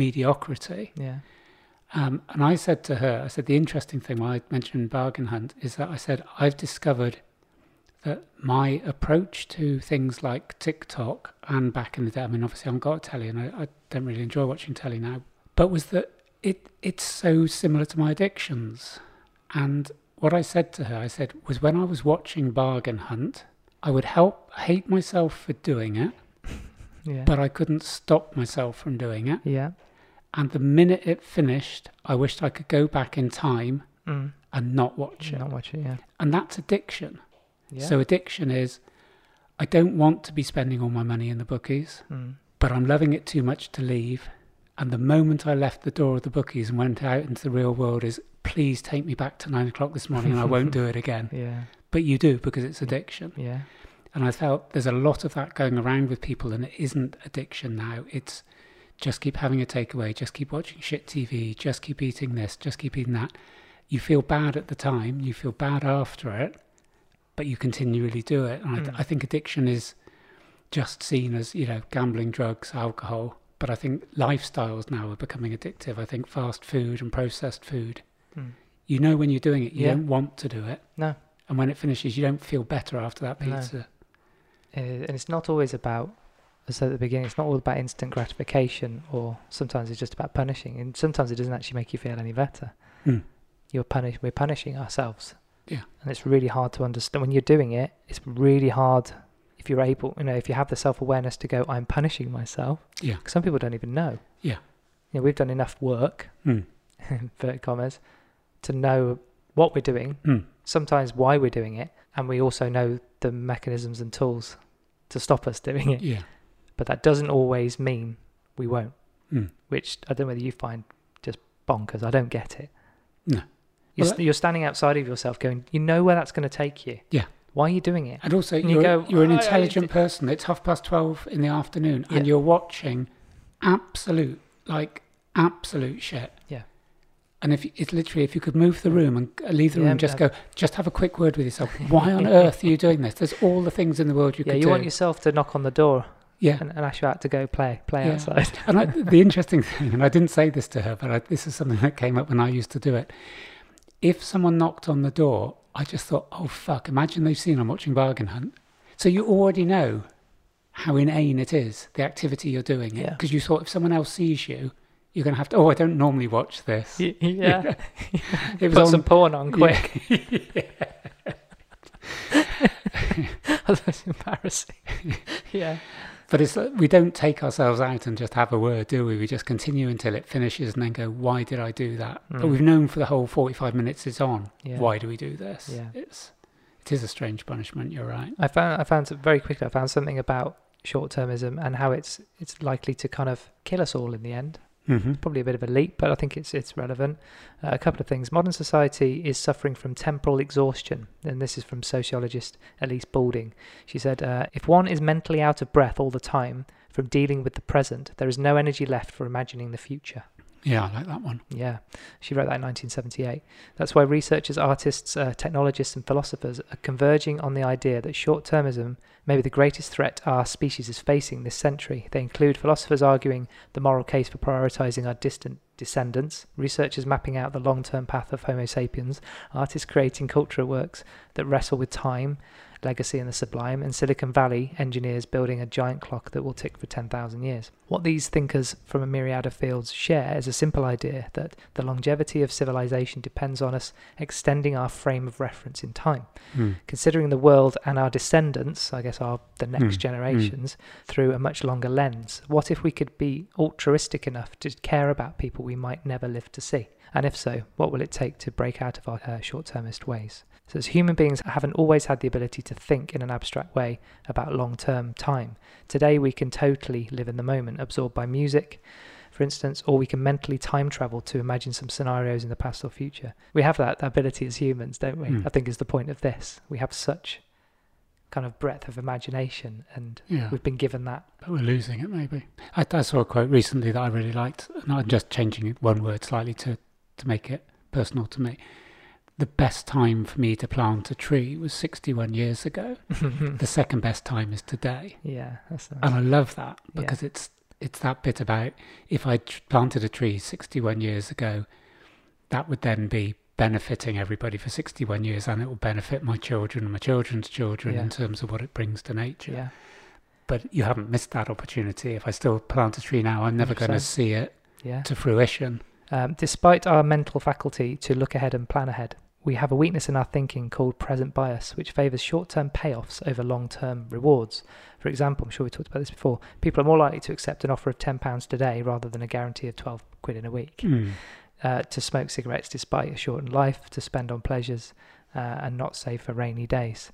B: mediocrity.
A: Yeah.
B: Um, and I said to her, I said, the interesting thing when I mentioned Bargain Hunt is that I said, I've discovered that my approach to things like TikTok and back in the day, I mean, obviously I haven't got a telly and I, I don't really enjoy watching telly now, but was that it, it's so similar to my addictions. And what I said to her, I said, was when I was watching Bargain Hunt, I would help hate myself for doing it,
A: Yeah.
B: but I couldn't stop myself from doing it.
A: yeah.
B: And the minute it finished, I wished I could go back in time
A: Mm.
B: and not watch it.
A: Not watching. Yeah.
B: And that's addiction.
A: Yeah.
B: So addiction is I don't want to be spending all my money in the bookies,
A: Mm.
B: but I'm loving it too much to leave. And the moment I left the door of the bookies and went out into the real world is please take me back to nine o'clock this morning and I
A: *laughs*
B: won't do it again.
A: Yeah.
B: But you do because it's addiction.
A: Yeah.
B: And I felt there's a lot of that going around with people, and it isn't addiction now. It's just keep having a takeaway, just keep watching shit TV, just keep eating this, just keep eating that. You feel bad at the time, you feel bad after it, but you continually do it. And
A: Mm.
B: I, I think addiction is just seen as, you know, gambling, drugs, alcohol. But I think lifestyles now are becoming addictive. I think fast food and processed food,
A: Mm.
B: you know, when you're doing it, you
A: Yeah.
B: don't want to do it.
A: No.
B: And when it finishes, you don't feel better after that
A: No.
B: pizza.
A: Uh, and it's not always about, as I said at the beginning, it's not all about instant gratification, or sometimes it's just about punishing, and sometimes it doesn't actually make you feel any better.
B: Hmm.
A: You're punish. We're punishing ourselves.
B: Yeah.
A: And it's really hard to understand when you're doing it. It's really hard if you're able, you know, if you have the self awareness to go, I'm punishing myself.
B: Yeah.
A: 'Cause some people don't even know.
B: Yeah.
A: You know, we've done enough work,
B: Hmm.
A: *laughs* inverted commas, to know what we're doing
B: Hmm.
A: sometimes why we're doing it, and we also know the mechanisms and tools to stop us doing it.
B: Yeah.
A: But that doesn't always mean we won't,
B: Mm.
A: which I don't know whether you find just bonkers. I don't get it.
B: No.
A: You're,
B: Well,
A: st- you're standing outside of yourself going, you know where that's going to take you.
B: Yeah.
A: Why are you doing it?
B: And also,
A: And
B: you're,
A: you
B: you
A: go, "Oh,
B: are an
A: "I- I
B: intelligent
A: did-"
B: person. It's half past 12 in the afternoon
A: Yeah.
B: and you're watching absolute, like, absolute shit.
A: Yeah.
B: And if it's literally, if you could move the room and leave the
A: Yeah,
B: room, just
A: no.
B: go, just have a quick word with yourself. Why on earth are you doing this? There's all the things in the world you
A: yeah,
B: could
A: you
B: do.
A: want yourself to knock on the door
B: yeah.
A: and, and ask you out to go play, play
B: Yeah.
A: outside. *laughs*
B: And I, the interesting *laughs* thing, and I didn't say this to her, but I, this is something that came up when I used to do it. If someone knocked on the door, I just thought, oh, fuck, imagine they've seen I'm watching Bargain Hunt. So you already know how inane it is, the activity you're doing.
A: Yeah.
B: Because you thought if someone else sees you, you're going to have to, oh, I don't normally watch this. *laughs*
A: Y-
B: Yeah.
A: yeah,
B: It
A: put some porn on quick. *laughs* Oh, That's embarrassing. yeah,
B: But it's like we don't take ourselves out and just have a word, do we? We just continue until it finishes and then go, why did I do that? But
A: Mm.
B: we've known for the whole 45 minutes it's on.
A: yeah.
B: Why do we do this?
A: Yeah.
B: It's it is a strange punishment. You're right.
A: I found I found some- very quickly. I found something about short-termism and how it's it's likely to kind of kill us all in the end.
B: Mm-hmm.
A: probably a bit of a leap, but I think it's it's relevant. Uh, a couple of things. Modern society is suffering from temporal exhaustion, and this is from sociologist Elise Balding. She said, uh, "If one is mentally out of breath all the time from dealing with the present, there is no energy left for imagining the future."
B: Yeah, I like that one.
A: Yeah, she wrote that in 1978. That's why researchers, artists, uh, technologists, and philosophers are converging on the idea that short termism may be the greatest threat our species is facing this century. They include philosophers arguing the moral case for prioritizing our distant descendants, researchers mapping out the long term path of Homo sapiens, artists creating cultural works that wrestle with time, legacy, and the sublime, and Silicon Valley engineers building a giant clock that will tick for 10,000 years. What these thinkers from a myriad of fields share is a simple idea that the longevity of civilization depends on us extending our frame of reference in time
B: Mm.
A: considering the world and our descendants, I guess our the next
B: Mm,
A: generations, through a much longer lens. What if we could be altruistic enough to care about people we might never live to see? And if so, what will it take to break out of our uh, short-termist ways? So as human beings haven't always had the ability to think in an abstract way about long-term time. Today we can totally live in the moment, absorbed by music, for instance, or we can mentally time travel to imagine some scenarios in the past or future. We have that ability as humans, don't we?
B: Mm.
A: I think is the point of this. We have such kind of breadth of imagination, and
B: Yeah,
A: we've been given that. *laughs*
B: but we're losing it. Maybe I, I saw a quote recently that I really liked, and I'm just changing it one word slightly to to make it personal to me. The best time for me to plant a tree was 61 years ago. The second best time is today.
A: yeah, that's nice.
B: and I love that
A: Yeah.
B: because it's it's that bit about if I tr- planted a tree 61 years ago, that would then be benefiting everybody for 61 years, and it will benefit my children and my children's children
A: Yeah.
B: in terms of what it brings to nature.
A: yeah,
B: But you haven't missed that opportunity. If I still plant a tree now, I'm never going to
A: 100%.
B: see it
A: yeah. *laughs*
B: to fruition.
A: Um, despite our mental faculty to look ahead and plan ahead, we have a weakness in our thinking called present bias, which favours short term payoffs over long term rewards. For example, I'm sure we talked about this before, people are more likely to accept an offer of £10 today rather than a guarantee of 12 quid in a week,
B: Mm.
A: uh, to smoke cigarettes despite a shortened life, to spend on pleasures uh, and not save for rainy days.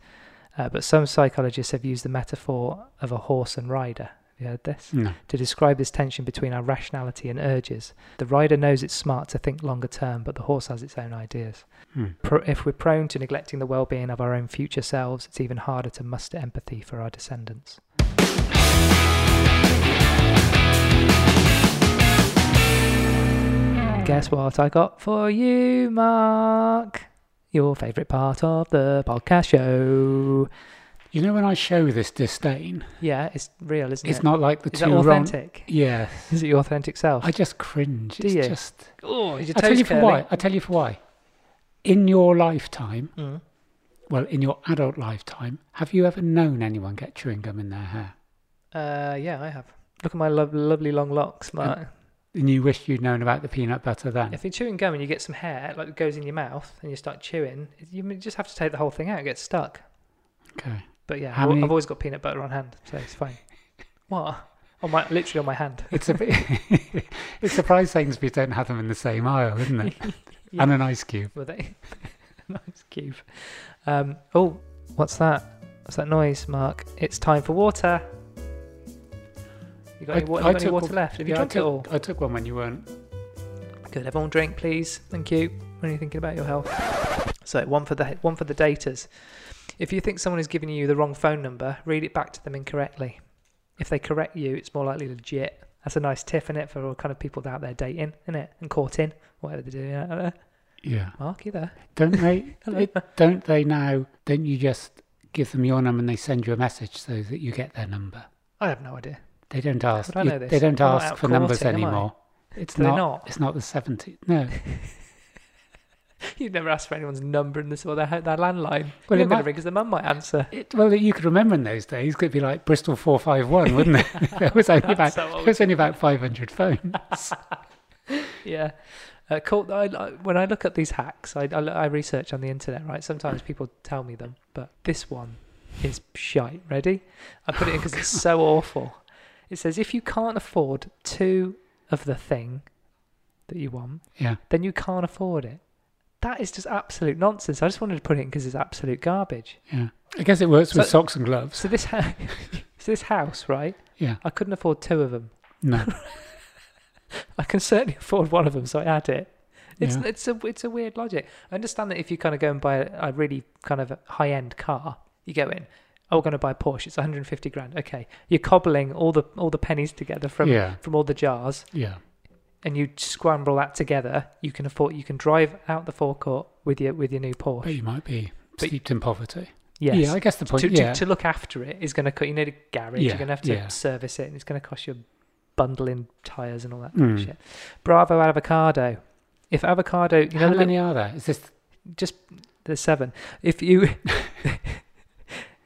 A: Uh, but some psychologists have used the metaphor of a horse and rider. Have you heard this?
B: No.
A: to describe this tension between our rationality and urges. The rider knows it's smart to think longer term, but the horse has its own ideas.
B: Mm.
A: Pro- if we're prone to neglecting the well being of our own future selves, it's even harder to muster empathy for our descendants. Guess what I got for you, Mark? Your favourite part of the podcast show.
B: You know, when I show this disdain,
A: Yeah, it's real, isn't
B: it's
A: it?
B: not like the
A: Is
B: two
A: that
B: wrong.
A: authentic?
B: Yeah,
A: Is it your authentic self?
B: I just cringe.
A: Do
B: it's
A: you?
B: just.
A: Oh, is your
B: I tell
A: toes
B: you for
A: curling?
B: why. I tell you for why. In your lifetime,
A: Mm.
B: well, in your adult lifetime, have you ever known anyone get chewing gum in their hair?
A: Uh, yeah, I have. Look at my lo- lovely long locks, Mark.
B: And you wish you'd known about the peanut butter then?
A: If you're chewing gum and you get some hair, like it goes in your mouth, and you start chewing, you m- just have to take the whole thing out. It gets stuck.
B: Okay.
A: But yeah,
B: How
A: I've,
B: many-
A: I've always got peanut butter on hand, so it's
B: *laughs*
A: fine. what? On my literally on my hand.
B: It's a bit. *laughs* it's surprising Sainsbury's don't have them in the same aisle, isn't it?
A: *laughs* Yeah.
B: And an ice cube.
A: Were they? *laughs* nice cube. Um. Oh, what's that? What's that noise, Mark? It's time for water. You got
B: I-
A: any, wa- you
B: I
A: got any
B: took
A: water
B: all-
A: left? Have you
B: Yeah,
A: drunk
B: I
A: it all?
B: took, I took one when you weren't.
A: Good. Everyone drink, please. Thank you. When you're thinking about your health. So one for the one for the daters. If you think someone is giving you the wrong phone number, read it back to them incorrectly. If they correct you, it's more likely legit. That's a nice tip, is it, for all kind of people out there dating, isn't it? And caught in, whatever they're doing out there.
B: Yeah.
A: Mark, you there? *laughs*
B: Don't they?
A: Hello.
B: don't they now? Don't you just give them your number and they send you a message so that you get their number?
A: I have no idea.
B: They don't ask.
A: would I
B: you-
A: know this?
B: they don't
A: I'm not
B: ask
A: out
B: for numbers
A: courting, am I?
B: anymore. It's
A: Do they
B: not,
A: not? *laughs*
B: It's not the 70s. No.
A: You've never asked for anyone's number in this or their, their landline.
B: Well,
A: You're
B: it
A: going to
B: might-
A: ring because their mum might answer.
B: It, well, you could remember in those days. Could be like Bristol 451, wouldn't it? *laughs* there was only about
A: That's so
B: there
A: old.
B: was only about
A: *laughs*
B: 500 phones.
A: Yeah. Uh, cool. I, I, when I look at these hacks, I, I, look- I research on the internet, right? Sometimes people tell me them, but this one is shite. Ready? I put it in because it's so awful. It says if you can't afford two of the thing that you want,
B: yeah.
A: then you can't afford it. That is just absolute nonsense. I just wanted to put it in because it's absolute garbage.
B: Yeah. I guess it works with
A: So-
B: socks and gloves.
A: So this, ha- *laughs* so this house, right?
B: Yeah.
A: I couldn't afford two of them.
B: No.
A: I can certainly *laughs* afford one of them, so I had it. It's
B: Yeah.
A: it's a it's a weird logic. I understand that if you kind of go and buy a, a really kind of high end car, you go in. Oh, we're going to buy a Porsche. It's 150 grand. Okay, you're cobbling all the all the pennies together *laughs* from
B: yeah.
A: from all the jars,
B: Yeah.
A: and you scramble that together. You can afford. You can drive out the forecourt with your with your new
B: But
A: Porsche.
B: you might be
A: But-
B: steeped in poverty.
A: Yes.
B: Yeah. I guess the point.
A: to,
B: yeah.
A: to, to look after it is going to cut. You need a garage.
B: Yeah,
A: You're going to have to
B: yeah.
A: service it, and it's going to cost you bundling tires and all that kind of
B: Mm.
A: shit. Bravo avocado. If avocado, you know,
B: How
A: the
B: many are there? Is this?
A: little- just the seven. If you, *laughs*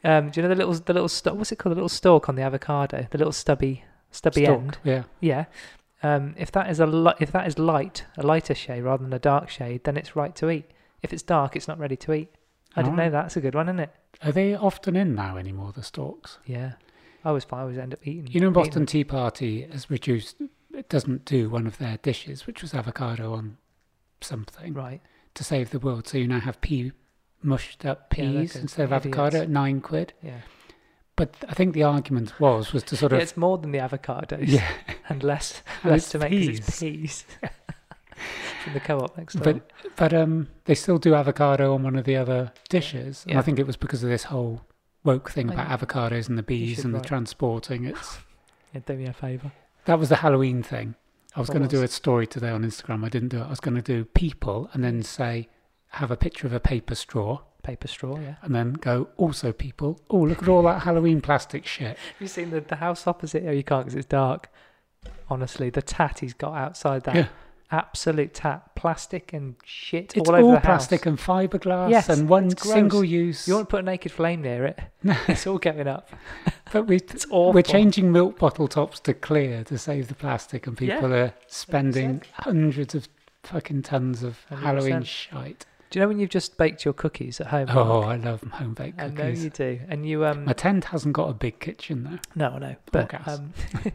A: um, do you know the little the little st- what's it called? The little stalk on the avocado, the little stubby stubby
B: stalk?
A: end.
B: Yeah.
A: Yeah. Um, if that is a li- if that is light, a lighter shade rather than a dark shade, then it's right to eat. If it's dark, it's not ready to eat. I didn't know
B: Alright.
A: that. That's a good one, isn't it?
B: Are they often in now anymore? The stalks.
A: Yeah. I always find I always end up eating.
B: You know,
A: eating
B: Boston Tea Party has reduced. It doesn't do one of their dishes, which was avocado on something.
A: them. Right.
B: to save the world. So you now have pea mushed up
A: Yeah, they're
B: peas
A: good.
B: instead of
A: Idiots.
B: avocado at nine quid.
A: Yeah.
B: But th- I think the argument was was to sort
A: yeah
B: of
A: it's more than the avocados.
B: yeah,
A: *laughs* And less
B: *laughs* And
A: less
B: it's
A: to make 'cause it's peas. *laughs* From the co-op next door.
B: but but um they still do avocado on one of the other dishes. And
A: Yeah.
B: I think it was because of this whole woke thing
A: Oh,
B: about
A: yeah.
B: avocados and the bees
A: should
B: and
A: write-
B: the transporting. It's
A: yeah, do me a favour.
B: that was the Halloween thing. I was
A: What
B: going to do a
A: was?
B: story today on Instagram. I didn't do it. I was going to do people and then say have a picture of a paper straw
A: Paper straw, yeah.
B: and then go also people. Oh look at all that Halloween plastic shit.
A: Have you seen the, the house opposite? Oh, you can't because it's dark. Honestly, the tat he's got outside that.
B: Yeah.
A: Absolute tat. Plastic and shit
B: It's
A: all
B: all,
A: over the
B: plastic
A: house.
B: and fiberglass
A: Yes,
B: and one
A: it's gross.
B: single use.
A: You want to put a naked flame near it?
B: *laughs* No.
A: It's all going up.
B: But we,
A: It's awful.
B: we're changing milk bottle tops to clear to save the plastic, and people are spending hundreds of fucking tons of
A: 100%.
B: Halloween shite.
A: Do you know when you've just baked your cookies at home?
B: Oh,
A: Mark?
B: I love home baked
A: I know
B: cookies.
A: you do. And you um
B: My tent hasn't got a big kitchen though.
A: No, I know. But
B: gas.
A: um, *laughs*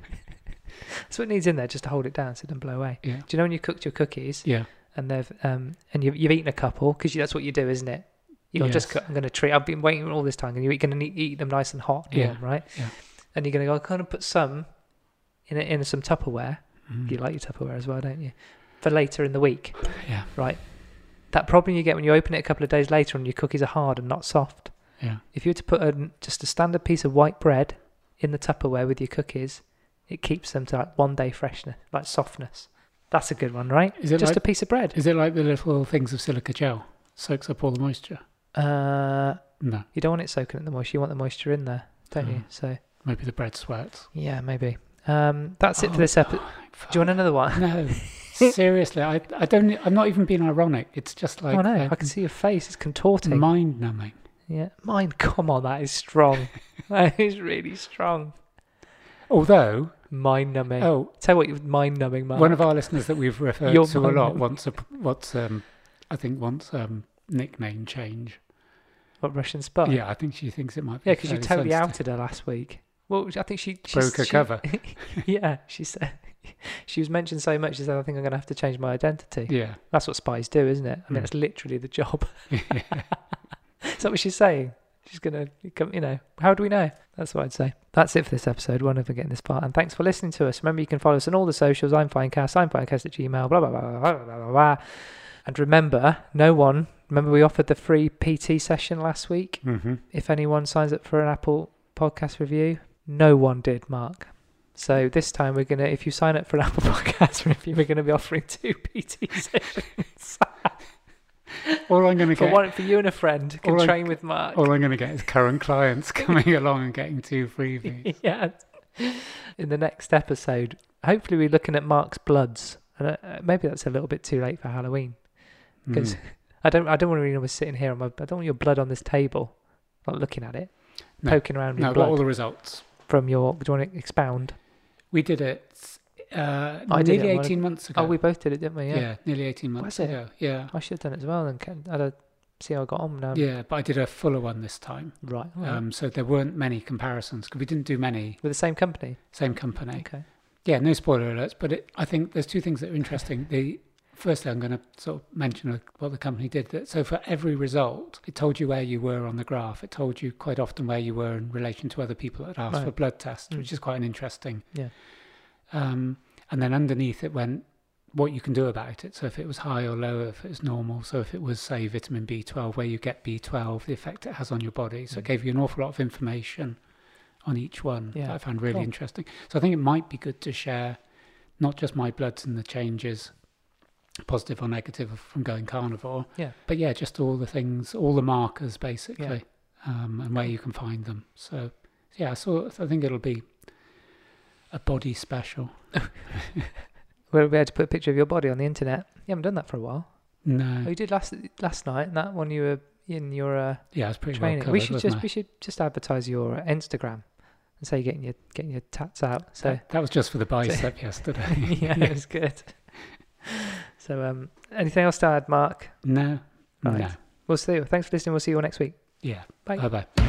A: so it needs in there just to hold it down so it doesn't blow away.
B: Yeah,
A: Do you know when you cooked your cookies
B: yeah,
A: and they've um, and you've, you've eaten a couple because that's what you do, isn't it? You're just
B: Yes.
A: cook, I'm going to treat. I've been waiting all this time, and you're going to eat them nice and hot, and
B: Yeah,
A: warm, right?
B: yeah.
A: And you're going to go. I'm going to put some in a, in some Tupperware.
B: Mm,
A: You like your Tupperware as well, don't you? For later in the week,
B: yeah,
A: right? That problem you get when you open it a couple of days later and your cookies are hard and not soft
B: yeah.
A: if you were to put a, just a standard piece of white bread in the Tupperware with your cookies, it keeps them to like one day freshness, like softness. That's a good one, right?
B: Is it
A: just
B: like-
A: a piece of bread?
B: Is it like the little things of silica gel soaks up all the moisture?
A: Uh,
B: No,
A: you don't want it soaking up the moisture. You want the moisture in there, don't you?
B: Mm.
A: So
B: maybe the bread sweats.
A: yeah, maybe. Um, that's it
B: Oh,
A: for this episode.
B: Fuck.
A: Do you want another
B: *laughs*
A: one? *laughs*
B: No, seriously, I, I don't. e, I'm not even being ironic. It's just like
A: oh no,
B: uh,
A: I can see your face. It's contorting.
B: mind numbing.
A: yeah, mine. *laughs* Come on, that is strong. *laughs* that is really strong.
B: Although,
A: Mind numbing. Oh.
B: oh,
A: Tell you what, you mind numbing, Mark.
B: one of our listeners that we've referred
A: Your
B: to a
A: mind
B: lot
A: numbing.
B: wants a wants um, I think wants um nickname change.
A: what Russian spot?
B: yeah, I think she thinks it might. be
A: Yeah, because you
B: fairly
A: totally
B: sensitive.
A: outed her last week. Well, I think she she-
B: broke her
A: she-
B: cover.
A: *laughs* Yeah, she said she was mentioned so much. She said, "I think I'm going to have to change my identity." *laughs*
B: Yeah, *laughs*
A: That's what spies do, isn't it? I mean,
B: Mm.
A: it's literally the job. *laughs* Is that what she's saying? She's going to come. You know, how do we know? That's what I'd say. That's it for this episode. One of getting this part, and thanks for listening to us. Remember, you can follow us on all the socials. I'm finecast. I'm finecast at Gmail. Blah blah blah blah blah blah. blah, blah. And remember, no one. Remember, we offered the free PT session last week
B: mm-hmm.
A: if anyone signs up for an Apple podcast review. No one did, Mark. So this time we're gonna, if you sign up for an *laughs* Apple Podcast review, we're gonna be offering two *laughs* PT
B: *laughs*
A: sessions.
B: All I'm going to
A: For
B: get,
A: one for you and a friend who can
B: All I-
A: train with Mark.
B: all I'm going to get is current clients *laughs* coming along and getting two
A: *laughs*
B: freebies.
A: yeah. In the next episode, hopefully we're looking at Mark's bloods. I don't- uh, maybe that's a little bit too late for Halloween because
B: Mm.
A: *laughs* I don't. I don't want anyone sitting here. On my, I don't want your blood on this table. Not looking at it,
B: No.
A: poking around in
B: No, got
A: blood
B: all the results.
A: from your. Do you want to expound?
B: We did it uh,
A: I did it
B: nearly
A: on-
B: 18 months ago.
A: Oh, we both did it, didn't we?
B: yeah.
A: Yeah.
B: nearly 18 months
A: Was it?
B: ago. Yeah.
A: I should have done it as well. Then can- I'd uh, see how I got on now.
B: Yeah, but I did a fuller one this time.
A: Um, Right. all right.
B: Um, so there weren't many comparisons because we didn't do many.
A: With the same company.
B: Same company.
A: Okay.
B: Yeah, no spoiler alerts, but it, I think there's two things that are interesting. The Firstly, I'm going to sort of mention what the company did. That So, for every result, it told you where you were on the graph. It told you quite often where you were in relation to other people that had asked
A: Right.
B: for blood tests,
A: Mm.
B: which is quite an interesting.
A: Yeah.
B: Um, and then underneath it went what you can do about it. So, if it was high or low, if it was normal. So, if it was, say, vitamin B12, where you get B12, the effect it has on your body. So, it
A: Mm.
B: gave you an awful lot of information on each one
A: Yeah.
B: that I found really
A: Cool.
B: interesting. So, I think it might be good to share not just my bloods and the changes, positive or negative, from going carnivore.
A: Yeah.
B: But yeah, just all the things, all the markers basically,
A: Yeah.
B: um, and where you can find them. So yeah, so I think it'll be a body special.
A: We'll be able to put a picture of your body on the internet. You haven't done that for a while.
B: No,
A: Oh, you did last last night. and That one you were in your. Uh,
B: yeah, it's pretty
A: training.
B: well covered.
A: we should
B: wasn't
A: just
B: I?
A: we should just advertise your uh, Instagram and say you're getting your getting your tats out. So
B: that, that was just for the bicep yesterday.
A: *laughs* yeah, it was good. So um, anything else to add, Mark?
B: No,
A: Right.
B: *laughs* no,
A: We'll see. you. Thanks for listening. We'll see you all next week.
B: yeah.
A: Bye.
B: Bye bye.